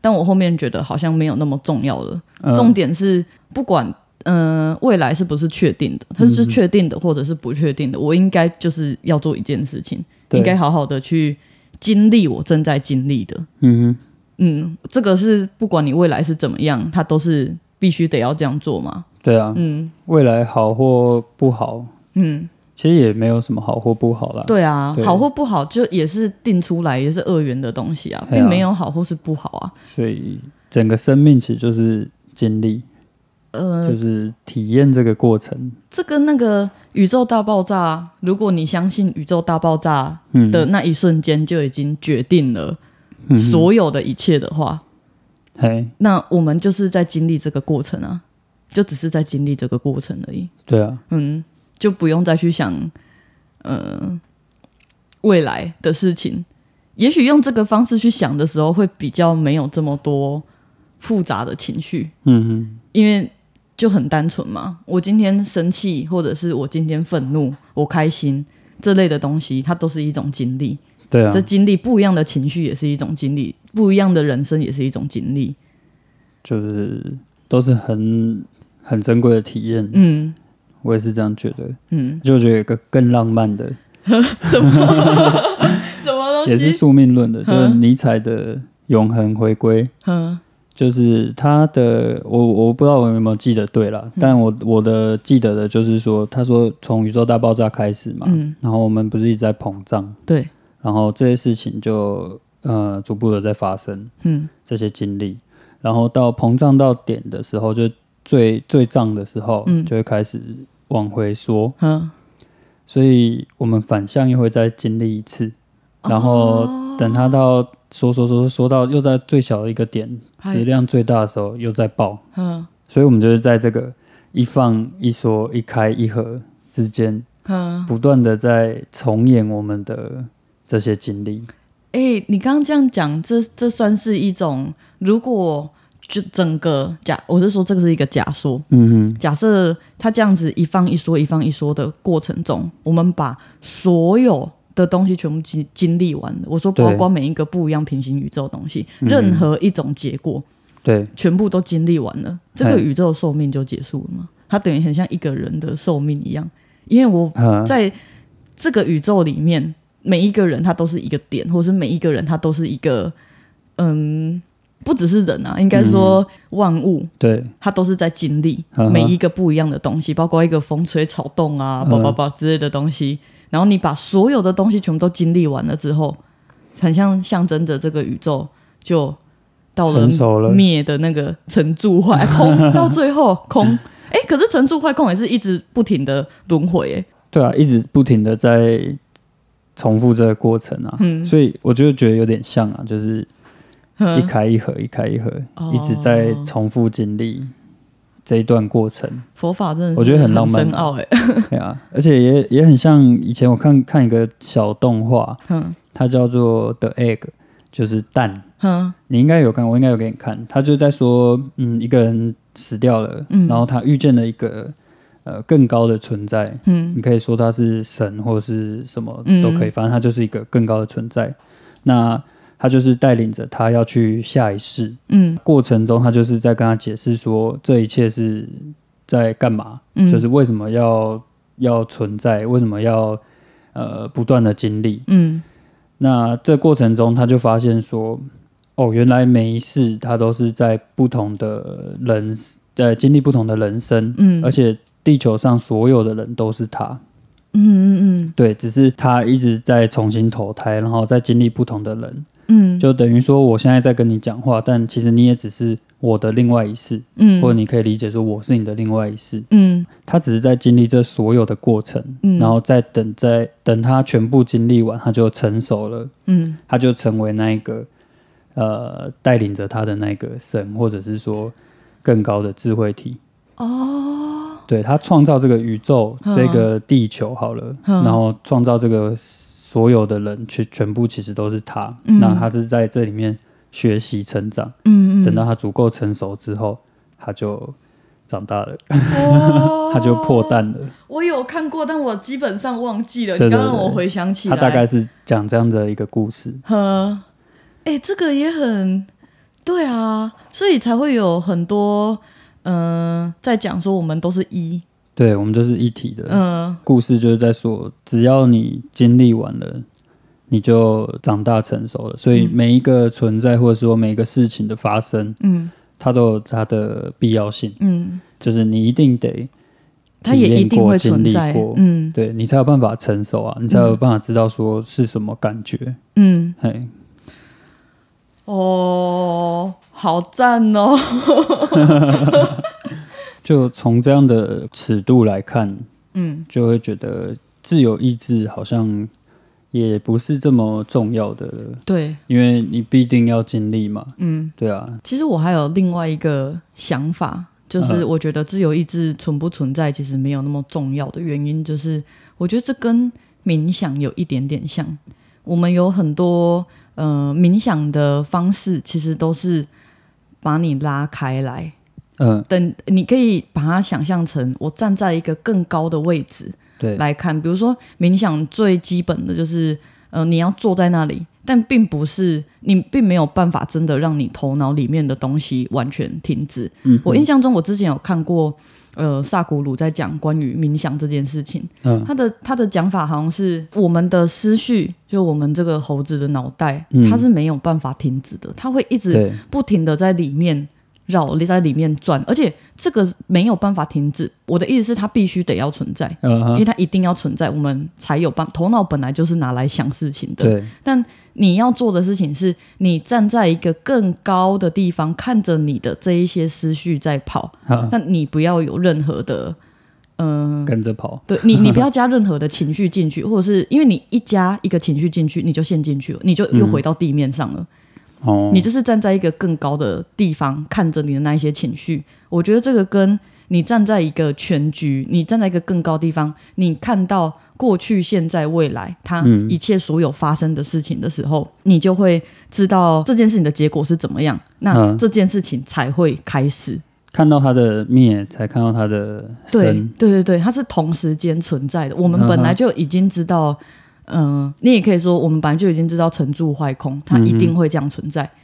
[SPEAKER 2] 但我后面觉得好像没有那么重要了。
[SPEAKER 3] 呃
[SPEAKER 2] 重点是，不管嗯、呃未来是不是确定的，
[SPEAKER 3] 嗯
[SPEAKER 2] 它是确定的或者是不确定的，我应该就是要做一件事情，
[SPEAKER 3] 对
[SPEAKER 2] 应该好好的去经历我正在经历的。
[SPEAKER 3] 嗯哼，
[SPEAKER 2] 嗯，这个是不管你未来是怎么样，它都是必须得要这样做嘛。
[SPEAKER 3] 对啊，
[SPEAKER 2] 嗯
[SPEAKER 3] 未来好或不好，
[SPEAKER 2] 嗯，
[SPEAKER 3] 其实也没有什么好或不好啦。
[SPEAKER 2] 对啊，
[SPEAKER 3] 对
[SPEAKER 2] 好或不好就也是定出来，也是二元的东西啊，
[SPEAKER 3] 对啊
[SPEAKER 2] 并没有好或是不好啊。
[SPEAKER 3] 所以整个生命其实就是经历，
[SPEAKER 2] 呃
[SPEAKER 3] 就，是体验这个过程。
[SPEAKER 2] 这跟那个宇宙大爆炸，如果你相信宇宙大爆炸
[SPEAKER 3] 嗯，
[SPEAKER 2] 的那一瞬间就已经决定了
[SPEAKER 3] 嗯哼
[SPEAKER 2] 所有的一切的话，
[SPEAKER 3] 嘿，
[SPEAKER 2] 那我们就是在经历这个过程啊，就只是在经历这个过程而已。
[SPEAKER 3] 对啊，
[SPEAKER 2] 嗯，就不用再去想，呃，未来的事情。也许用这个方式去想的时候，会比较没有这么多复杂的情绪，
[SPEAKER 3] 嗯
[SPEAKER 2] 因为就很单纯嘛。我今天生气，或者是我今天愤怒，我开心这类的东西，它都是一种经历。
[SPEAKER 3] 哼，对啊
[SPEAKER 2] 这，经历不一样的情绪也是一种经历，不一样的人生也是一种经历。
[SPEAKER 3] 就是都是很很珍贵的体验。
[SPEAKER 2] 嗯
[SPEAKER 3] 我也是这样觉得，
[SPEAKER 2] 嗯，
[SPEAKER 3] 就觉得有一个更浪漫的，
[SPEAKER 2] 什么
[SPEAKER 3] 也
[SPEAKER 2] 东
[SPEAKER 3] 是
[SPEAKER 2] 西？
[SPEAKER 3] 宿命论的，就是
[SPEAKER 2] 嗯
[SPEAKER 3] 尼采的永恒回归。
[SPEAKER 2] 嗯
[SPEAKER 3] 就是他的，我我不知道我有没有记得对啦，但我我的记得的就是说，他说从宇宙大爆炸开始嘛，
[SPEAKER 2] 嗯，
[SPEAKER 3] 然后我们不是一直在膨胀，
[SPEAKER 2] 对，
[SPEAKER 3] 然后这些事情就呃逐步的在发生
[SPEAKER 2] 嗯
[SPEAKER 3] 这些经历，然后到膨胀到点的时候，就最最胀的时候，
[SPEAKER 2] 嗯
[SPEAKER 3] 就会开始往回缩，
[SPEAKER 2] 嗯，
[SPEAKER 3] 所以我们反向又会再经历一次，
[SPEAKER 2] 哦
[SPEAKER 3] 然后等它到缩缩缩缩到又在最小的一个点，
[SPEAKER 2] 嗨
[SPEAKER 3] 质量最大的时候又再爆。
[SPEAKER 2] 嗯
[SPEAKER 3] 所以我们就是在这个一放一缩、一开一合之间，
[SPEAKER 2] 嗯。
[SPEAKER 3] 不断的在重演我们的这些经历。
[SPEAKER 2] 哎、你刚刚这样讲，这这算是一种，如果就整个假，我是说这个是一个假说，
[SPEAKER 3] 嗯
[SPEAKER 2] 假设它这样子一放一缩、一放一缩的过程中，我们把所有的东西全部经经历完了，我说包
[SPEAKER 3] 对
[SPEAKER 2] 括每一个不一样平行宇宙的东西，
[SPEAKER 3] 嗯
[SPEAKER 2] 任何一种结果，
[SPEAKER 3] 对，
[SPEAKER 2] 全部都经历完了，这个
[SPEAKER 3] 嘿
[SPEAKER 2] 宇宙寿命就结束了吗？它等于很像一个人的寿命一样，因为我
[SPEAKER 3] 啊，
[SPEAKER 2] 在这个宇宙里面，每一个人他都是一个点，或是每一个人他都是一个，嗯，不只是人啊，应该说万物，
[SPEAKER 3] 对，
[SPEAKER 2] 它都是在经历
[SPEAKER 3] 嗯哼
[SPEAKER 2] 每一个不一样的东西，包括一个风吹草动啊，
[SPEAKER 3] 嗯
[SPEAKER 2] 叭叭叭之类的东西。然后你把所有的东西全部都经历完了之后，很像象征着这个宇宙就到了
[SPEAKER 3] 成熟了
[SPEAKER 2] 灭的那个成住坏空，到最后
[SPEAKER 3] *laughs*
[SPEAKER 2] 空。哎、可是成住坏空也是一直不停的轮回、诶
[SPEAKER 3] 对啊，一直不停的在重复这个过程啊。
[SPEAKER 2] 嗯
[SPEAKER 3] 所以我就觉得有点像啊，就是一
[SPEAKER 2] 嗯
[SPEAKER 3] 开一合，一开一合，
[SPEAKER 2] 哦
[SPEAKER 3] 一直在重复经历这一段过程。 *laughs*
[SPEAKER 2] 佛法真的是
[SPEAKER 3] 我觉得很浪漫
[SPEAKER 2] 深奥哎、
[SPEAKER 3] 对啊，而且也也很像以前我看看一个小动画，
[SPEAKER 2] 嗯
[SPEAKER 3] 它叫做 The Egg，就是蛋。
[SPEAKER 2] 嗯
[SPEAKER 3] 你应该有看，我应该有给你看。他就在说，嗯，一个人死掉了，
[SPEAKER 2] 嗯
[SPEAKER 3] 然后他遇见了一个呃更高的存在，
[SPEAKER 2] 嗯
[SPEAKER 3] 你可以说他是神或是什么
[SPEAKER 2] 嗯
[SPEAKER 3] 都可以，反正他就是一个更高的存在。那他就是带领着他要去下一世，
[SPEAKER 2] 嗯
[SPEAKER 3] 过程中他就是在跟他解释说这一切是在干嘛，
[SPEAKER 2] 嗯，
[SPEAKER 3] 就是为什么要要存在，为什么要呃不断的经历，
[SPEAKER 2] 嗯
[SPEAKER 3] 那这过程中，他就发现说，哦，原来每一世他都是在不同的人呃经历不同的人生，
[SPEAKER 2] 嗯
[SPEAKER 3] 而且地球上所有的人都是他，
[SPEAKER 2] 嗯嗯
[SPEAKER 3] 对，只是他一直在重新投胎，然后再经历不同的人，
[SPEAKER 2] 嗯嗯，
[SPEAKER 3] 就等于说我现在在跟你讲话，但其实你也只是我的另外一世，
[SPEAKER 2] 嗯
[SPEAKER 3] 或者你可以理解说我是你的另外一世，
[SPEAKER 2] 嗯
[SPEAKER 3] 他只是在经历这所有的过程，
[SPEAKER 2] 嗯
[SPEAKER 3] 然后再等在等他全部经历完，他就成熟了，
[SPEAKER 2] 嗯
[SPEAKER 3] 他就成为那一个呃带领着他的那个神，或者是说更高的智慧体。哦，对他创造这个宇宙、
[SPEAKER 2] 嗯
[SPEAKER 3] 这个地球好了，
[SPEAKER 2] 嗯
[SPEAKER 3] 然后创造这个所有的人，全全部其实都是他。
[SPEAKER 2] 嗯
[SPEAKER 3] 那他是在这里面学习成长，
[SPEAKER 2] 嗯嗯，
[SPEAKER 3] 等到他足够成熟之后，他就长大了，
[SPEAKER 2] 哦
[SPEAKER 3] *laughs* 他就破。蛋了。
[SPEAKER 2] 我有看过，但我基本上忘记了。
[SPEAKER 3] 对
[SPEAKER 2] 你刚
[SPEAKER 3] 对
[SPEAKER 2] 让
[SPEAKER 3] 对
[SPEAKER 2] 我回想起来，
[SPEAKER 3] 他大概是讲这样的一个故事。
[SPEAKER 2] 呵，哎、这个也很对啊，所以才会有很多嗯、呃在讲说我们都是一
[SPEAKER 3] 对我们就是一体的，
[SPEAKER 2] 嗯
[SPEAKER 3] 故事就是在说，只要你经历完了，你就长大成熟了。所以
[SPEAKER 2] 嗯
[SPEAKER 3] 每一个存在，或者说每一个事情的发生，
[SPEAKER 2] 嗯
[SPEAKER 3] 它都有它的必要性，
[SPEAKER 2] 嗯，
[SPEAKER 3] 就是你一定得
[SPEAKER 2] 它也一
[SPEAKER 3] 体验
[SPEAKER 2] 定
[SPEAKER 3] 过
[SPEAKER 2] 会
[SPEAKER 3] 经
[SPEAKER 2] 存
[SPEAKER 3] 历
[SPEAKER 2] 在
[SPEAKER 3] 过，
[SPEAKER 2] 嗯
[SPEAKER 3] 对你才有办法成熟啊，你才有办法知道说是什么感觉。
[SPEAKER 2] 嗯
[SPEAKER 3] 嘿，
[SPEAKER 2] 哦，好赞哦，
[SPEAKER 3] 就从这样的尺度来看，
[SPEAKER 2] *laughs* 嗯
[SPEAKER 3] 就会觉得自由意志好像也不是这么重要的了。
[SPEAKER 2] 对，
[SPEAKER 3] 因为你必定要经历嘛，
[SPEAKER 2] 嗯，
[SPEAKER 3] 对啊，
[SPEAKER 2] 其实我还有另外一个想法，就是
[SPEAKER 3] 嗯
[SPEAKER 2] 我觉得自由意志存不存在其实没有那么重要的原因，就是我觉得这跟冥想有一点点像。我们有很多呃冥想的方式，其实都是把你拉开来，
[SPEAKER 3] 嗯，
[SPEAKER 2] 等你可以把它想象成我站在一个更高的位置，
[SPEAKER 3] 对，
[SPEAKER 2] 来看，比如说冥想最基本的就是，呃，你要坐在那里，但并不是你并没有办法真的让你头脑里面的东西完全停止。
[SPEAKER 3] 嗯，
[SPEAKER 2] 我印象中，我之前有看过，呃，萨古鲁在讲关于冥想这件事情，
[SPEAKER 3] 嗯
[SPEAKER 2] 他的他的讲法好像是我们的思绪，就我们这个猴子的脑袋
[SPEAKER 3] 嗯，
[SPEAKER 2] 它是没有办法停止的，它会一直
[SPEAKER 3] 对，
[SPEAKER 2] 不停的在里面绕，在里面转，而且这个没有办法停止。我的意思是，它必须得要存在。
[SPEAKER 3] 嗯
[SPEAKER 2] 因为
[SPEAKER 3] 哼，
[SPEAKER 2] 它一定要存在，我们才有办。头脑本来就是拿来想事情的，
[SPEAKER 3] 对，
[SPEAKER 2] 但你要做的事情是，你站在一个更高的地方，看着你的这一些思绪在跑，
[SPEAKER 3] 好，
[SPEAKER 2] 但你不要有任何的，嗯、
[SPEAKER 3] 跟着跑，
[SPEAKER 2] 对你，你不要加任何的情绪进去，或者是因为你一加一个情绪进去，你就陷进去了，你就又回到地面上了。
[SPEAKER 3] 哦，
[SPEAKER 2] 你就是站在一个更高的地方，看着你的那一些情绪。我觉得这个跟你站在一个全局，你站在一个更高地方，你看到过去、现在、未来，它
[SPEAKER 3] 嗯
[SPEAKER 2] 一切所有发生的事情的时候，你就会知道这件事情的结果是怎么样，那
[SPEAKER 3] 嗯
[SPEAKER 2] 这件事情才会开始。
[SPEAKER 3] 看到它的灭，才看到它的
[SPEAKER 2] 对
[SPEAKER 3] 生，
[SPEAKER 2] 对对对，它是同时间存在的。我们
[SPEAKER 3] 嗯哼
[SPEAKER 2] 本来就已经知道，嗯、你也可以说我们本来就已经知道成住坏空，它一定会这样存在。
[SPEAKER 3] 嗯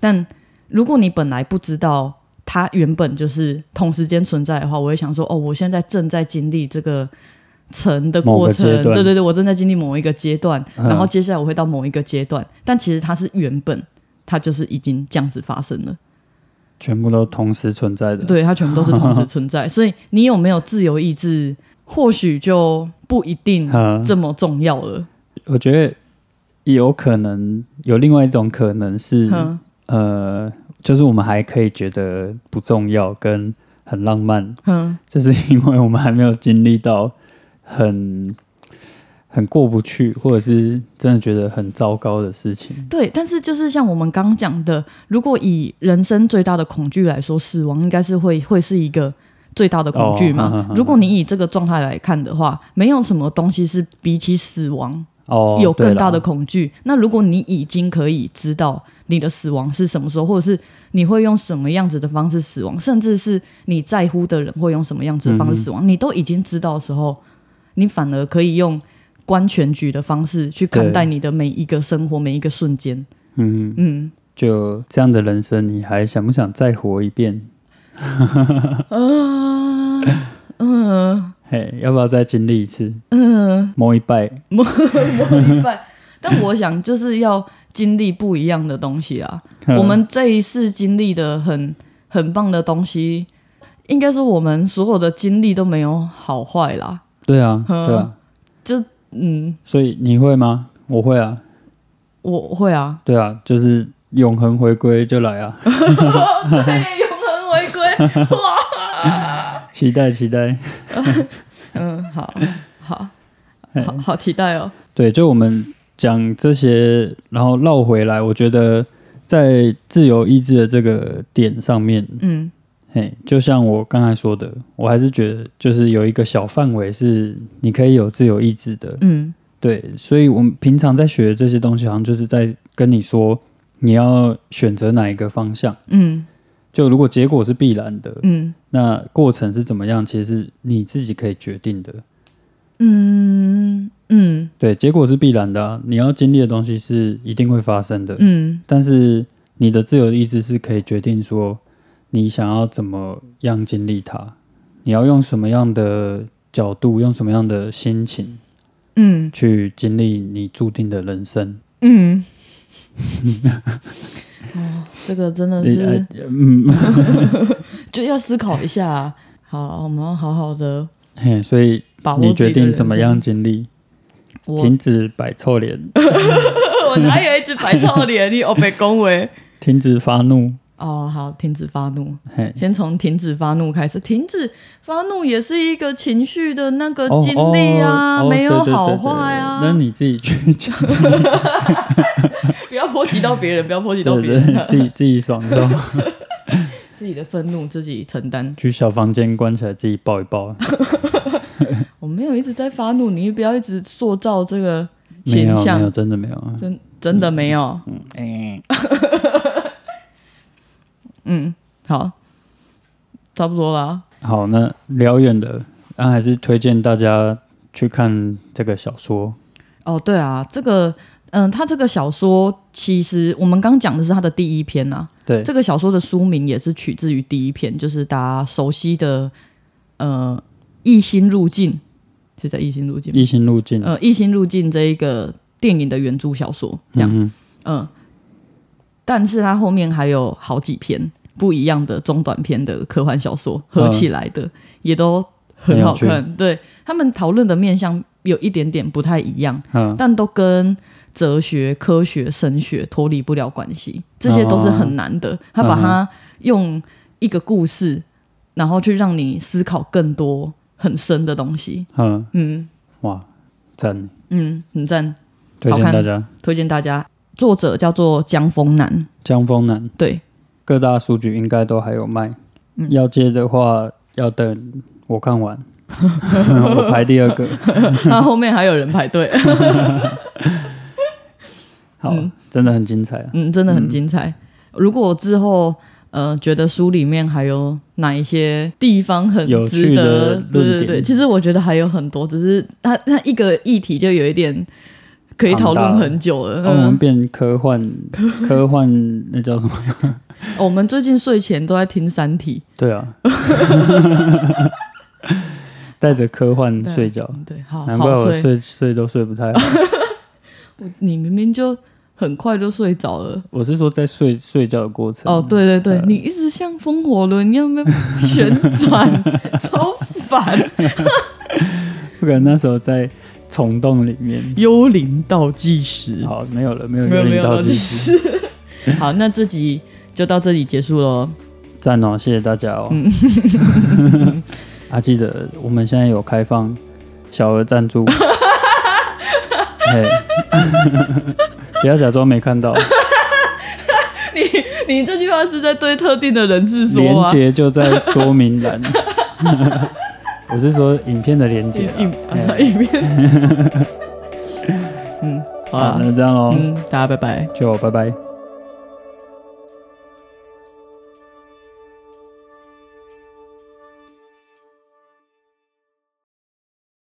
[SPEAKER 2] 但如果你本来不知道它原本就是同时间存在的话，我会想说，哦，我现在正在经历这个。成的
[SPEAKER 3] 某
[SPEAKER 2] 过
[SPEAKER 3] 个
[SPEAKER 2] 程，
[SPEAKER 3] 阶段
[SPEAKER 2] 对对对，我正在经历某一个阶段，
[SPEAKER 3] 嗯
[SPEAKER 2] 然后接下来我会到某一个阶段，但其实它是原本它就是已经这样子发生了。
[SPEAKER 3] 全部都同时存在的，，
[SPEAKER 2] 对，它全部都是同时存在。所以你有没有自由意志，或许就不一
[SPEAKER 3] *laughs*
[SPEAKER 2] 定
[SPEAKER 3] 嗯，
[SPEAKER 2] 这么重要了。
[SPEAKER 3] 我觉得有可能有另外一种可能是，
[SPEAKER 2] 嗯
[SPEAKER 3] 呃，就是我们还可以觉得不重要跟很浪漫，
[SPEAKER 2] 嗯
[SPEAKER 3] 就是 *laughs* 因为我们还没有经历到很。很过不去，或者是真的觉得很糟糕的事情，
[SPEAKER 2] 对。但是就是像我们刚刚讲的，如果以人生最大的恐惧来说，死亡应该是会会是一个。最大的恐惧嘛，
[SPEAKER 3] 哦哼哼哼
[SPEAKER 2] 如果你以这个状态来看的话，没有什么东西是比起死亡
[SPEAKER 3] 哦，
[SPEAKER 2] 有
[SPEAKER 3] 对
[SPEAKER 2] 更
[SPEAKER 3] 啦
[SPEAKER 2] 大的恐惧。那如果你已经可以知道你的死亡是什么时候，或者是你会用什么样子的方式死亡，甚至是你在乎的人会用什么样子的方
[SPEAKER 3] 嗯
[SPEAKER 2] 式死亡，你都已经知道的时候，你反而可以用观全局的方式去看待
[SPEAKER 3] 对
[SPEAKER 2] 你的每一个生活、每一个瞬间。
[SPEAKER 3] 嗯，
[SPEAKER 2] 嗯，
[SPEAKER 3] 就这样的人生，你还想不想再活一遍？
[SPEAKER 2] 啊，嗯
[SPEAKER 3] 嘿，要不要再经历一次
[SPEAKER 2] 嗯， *laughs*
[SPEAKER 3] 摸一拜？
[SPEAKER 2] 明白。但我想就是要经历不一样的
[SPEAKER 3] 嗯
[SPEAKER 2] 东西啊。我们这一世经历的很很棒的东西，应该说我们所有的经历都没有好坏啦，
[SPEAKER 3] *laughs* 对啊，
[SPEAKER 2] 嗯
[SPEAKER 3] 对啊，
[SPEAKER 2] 就嗯，
[SPEAKER 3] 所以你会吗？我会啊，
[SPEAKER 2] 我会啊，
[SPEAKER 3] 对啊，就是永恒回归就来啊， *laughs*
[SPEAKER 2] 对，永恒回归，哇，
[SPEAKER 3] 期待期待。
[SPEAKER 2] *laughs* 嗯，好好
[SPEAKER 3] 嘿
[SPEAKER 2] 好好期待哦，
[SPEAKER 3] 对，就我们讲这些，然后绕回来，我觉得在自由意志的这个点上面，
[SPEAKER 2] 嗯
[SPEAKER 3] 嘿，就像我刚才说的，我还是觉得就是有一个小范围是你可以有自由意志的，
[SPEAKER 2] 嗯
[SPEAKER 3] 对，所以我们平常在学这些东西，好像就是在跟你说你要选择哪一个方向。
[SPEAKER 2] 嗯
[SPEAKER 3] 就如果结果是必然的，
[SPEAKER 2] 嗯
[SPEAKER 3] 那过程是怎么样，其实是你自己可以决定的。
[SPEAKER 2] 嗯嗯
[SPEAKER 3] 对，结果是必然的啊、你要经历的东西是一定会发生的。
[SPEAKER 2] 嗯
[SPEAKER 3] 但是你的自由意志是可以决定说你想要怎么样经历它，你要用什么样的角度，用什么样的心情
[SPEAKER 2] 嗯
[SPEAKER 3] 去经历你注定的人生。 *laughs*
[SPEAKER 2] 嗯，哦，这个真的
[SPEAKER 3] 你
[SPEAKER 2] 是
[SPEAKER 3] 哎嗯， *laughs*
[SPEAKER 2] 就要思考一下啊、好，我们要好好的
[SPEAKER 3] 嘿，所以
[SPEAKER 2] 把握
[SPEAKER 3] 你
[SPEAKER 2] 自
[SPEAKER 3] 决
[SPEAKER 2] 己的
[SPEAKER 3] 定怎么
[SPEAKER 2] 人生
[SPEAKER 3] 样经历，
[SPEAKER 2] 我
[SPEAKER 3] 停止摆臭脸，
[SPEAKER 2] *laughs* 我哪有一直白臭脸？你哦被恭维。
[SPEAKER 3] 停止发怒。
[SPEAKER 2] 哦，好，停止发怒，
[SPEAKER 3] 嘿，
[SPEAKER 2] 先从停止发怒开始。停止发怒也是一个情绪的那个
[SPEAKER 3] 哦
[SPEAKER 2] 经历啊，
[SPEAKER 3] 哦哦
[SPEAKER 2] 没有
[SPEAKER 3] 对对对
[SPEAKER 2] 好
[SPEAKER 3] 对
[SPEAKER 2] 坏啊。
[SPEAKER 3] 那你自己去讲，
[SPEAKER 2] 不要波及到别人，不要波及到
[SPEAKER 3] 对
[SPEAKER 2] 别
[SPEAKER 3] 对，
[SPEAKER 2] 人，
[SPEAKER 3] 对自己自己爽就好， *laughs*
[SPEAKER 2] 自己的愤怒自己承担。
[SPEAKER 3] 去小房间关起来，自己抱
[SPEAKER 2] *laughs*
[SPEAKER 3] 一抱。
[SPEAKER 2] 我没有一直在发怒，你不要一直塑造这个
[SPEAKER 3] 没
[SPEAKER 2] 形
[SPEAKER 3] 有没有，
[SPEAKER 2] 象，
[SPEAKER 3] 真的没有啊。
[SPEAKER 2] 真真的没有。嗯 *laughs* 嗯，好，差不多啦。
[SPEAKER 3] 好，那聊远的，那、还是推荐大家去看这个小说。
[SPEAKER 2] 哦，对啊，这个，嗯，他这个小说其实我们刚讲的是他的第一篇啊，
[SPEAKER 3] 对，
[SPEAKER 2] 这个小说的书名也是取自于第一篇，就是大家熟悉的，呃，异星入境是在异星入境吗，
[SPEAKER 3] 异星路径，嗯
[SPEAKER 2] 呃，异星入境这一个电影的原著小说，这样，
[SPEAKER 3] 嗯
[SPEAKER 2] 嗯、但是它后面还有好几篇不一样的中短篇的科幻小说合起来的，也都嗯很好
[SPEAKER 3] 很
[SPEAKER 2] 看，对他们讨论的面向有一点点不太一样。
[SPEAKER 3] 嗯，
[SPEAKER 2] 但都跟哲学、科学、神学脱离不了关系，这些都是很难的。他把它用一个故事，然后去让你思考更多很深的东西。
[SPEAKER 3] 嗯，
[SPEAKER 2] 嗯
[SPEAKER 3] 哇，赞，
[SPEAKER 2] 嗯，很赞，
[SPEAKER 3] 推荐
[SPEAKER 2] 好看
[SPEAKER 3] 大家。
[SPEAKER 2] 推荐大家。作者叫做江峰南，
[SPEAKER 3] 江峰南
[SPEAKER 2] 对， *laughs*
[SPEAKER 3] 各大书局应该都还有卖，
[SPEAKER 2] 嗯
[SPEAKER 3] 要借的话要等我看完， *laughs* 我排第二个。
[SPEAKER 2] 嗯他后面还有人排队，
[SPEAKER 3] 好，真的很精彩啊。
[SPEAKER 2] 嗯，真的很精彩。如果之后呃觉得书里面还有哪一些地方很
[SPEAKER 3] 有
[SPEAKER 2] 值
[SPEAKER 3] 趣的
[SPEAKER 2] 得，对
[SPEAKER 3] 论
[SPEAKER 2] 对对，
[SPEAKER 3] 点
[SPEAKER 2] 其实我觉得还有很多，只是它它一个议题就有一点可以讨论很久了。
[SPEAKER 3] 那、哦我们
[SPEAKER 2] 嗯，
[SPEAKER 3] 变
[SPEAKER 2] *laughs*
[SPEAKER 3] 科幻，科幻那叫什么？
[SPEAKER 2] 我们最近睡前都在听《三体
[SPEAKER 3] 对
[SPEAKER 2] *laughs*
[SPEAKER 3] 啊，带着科幻》，睡觉。
[SPEAKER 2] 嗯对，好
[SPEAKER 3] 难怪
[SPEAKER 2] 好
[SPEAKER 3] 我
[SPEAKER 2] 睡。
[SPEAKER 3] 睡睡都睡不太好。
[SPEAKER 2] *laughs* 我你明明就很快就睡着了。
[SPEAKER 3] 我是说在睡睡觉的过程。
[SPEAKER 2] 哦，对对对，你一直像风火轮一样被 *laughs* 旋
[SPEAKER 3] *laughs*
[SPEAKER 2] 转，超烦，
[SPEAKER 3] 不可能那时候在虫洞里面。
[SPEAKER 2] 幽灵倒计时。
[SPEAKER 3] 好，没有了，嗯没有
[SPEAKER 2] 没有
[SPEAKER 3] 幽
[SPEAKER 2] 没有
[SPEAKER 3] 灵倒计时。
[SPEAKER 2] 时。
[SPEAKER 3] *laughs*
[SPEAKER 2] 好，那这集就到这里结束喽。
[SPEAKER 3] 赞哦，谢谢大家哦。
[SPEAKER 2] 嗯
[SPEAKER 3] *laughs* 啊，记得我们现在有开放小额
[SPEAKER 2] *laughs*
[SPEAKER 3] 赞助。嘿 *laughs* 不要假装没看到，
[SPEAKER 2] 你这句话是在对特定的人士 *laughs* 说啊
[SPEAKER 3] 连
[SPEAKER 2] 吗？
[SPEAKER 3] 接就在说明
[SPEAKER 2] *laughs*
[SPEAKER 3] 栏。 *laughs* 我是说影片的连接、
[SPEAKER 2] 影
[SPEAKER 3] 啊。嘿
[SPEAKER 2] 影 *laughs* 片。嗯，好
[SPEAKER 3] 好，
[SPEAKER 2] 啊，
[SPEAKER 3] 啊那就这样喽，哦
[SPEAKER 2] 嗯，大家拜拜。
[SPEAKER 3] 就拜拜。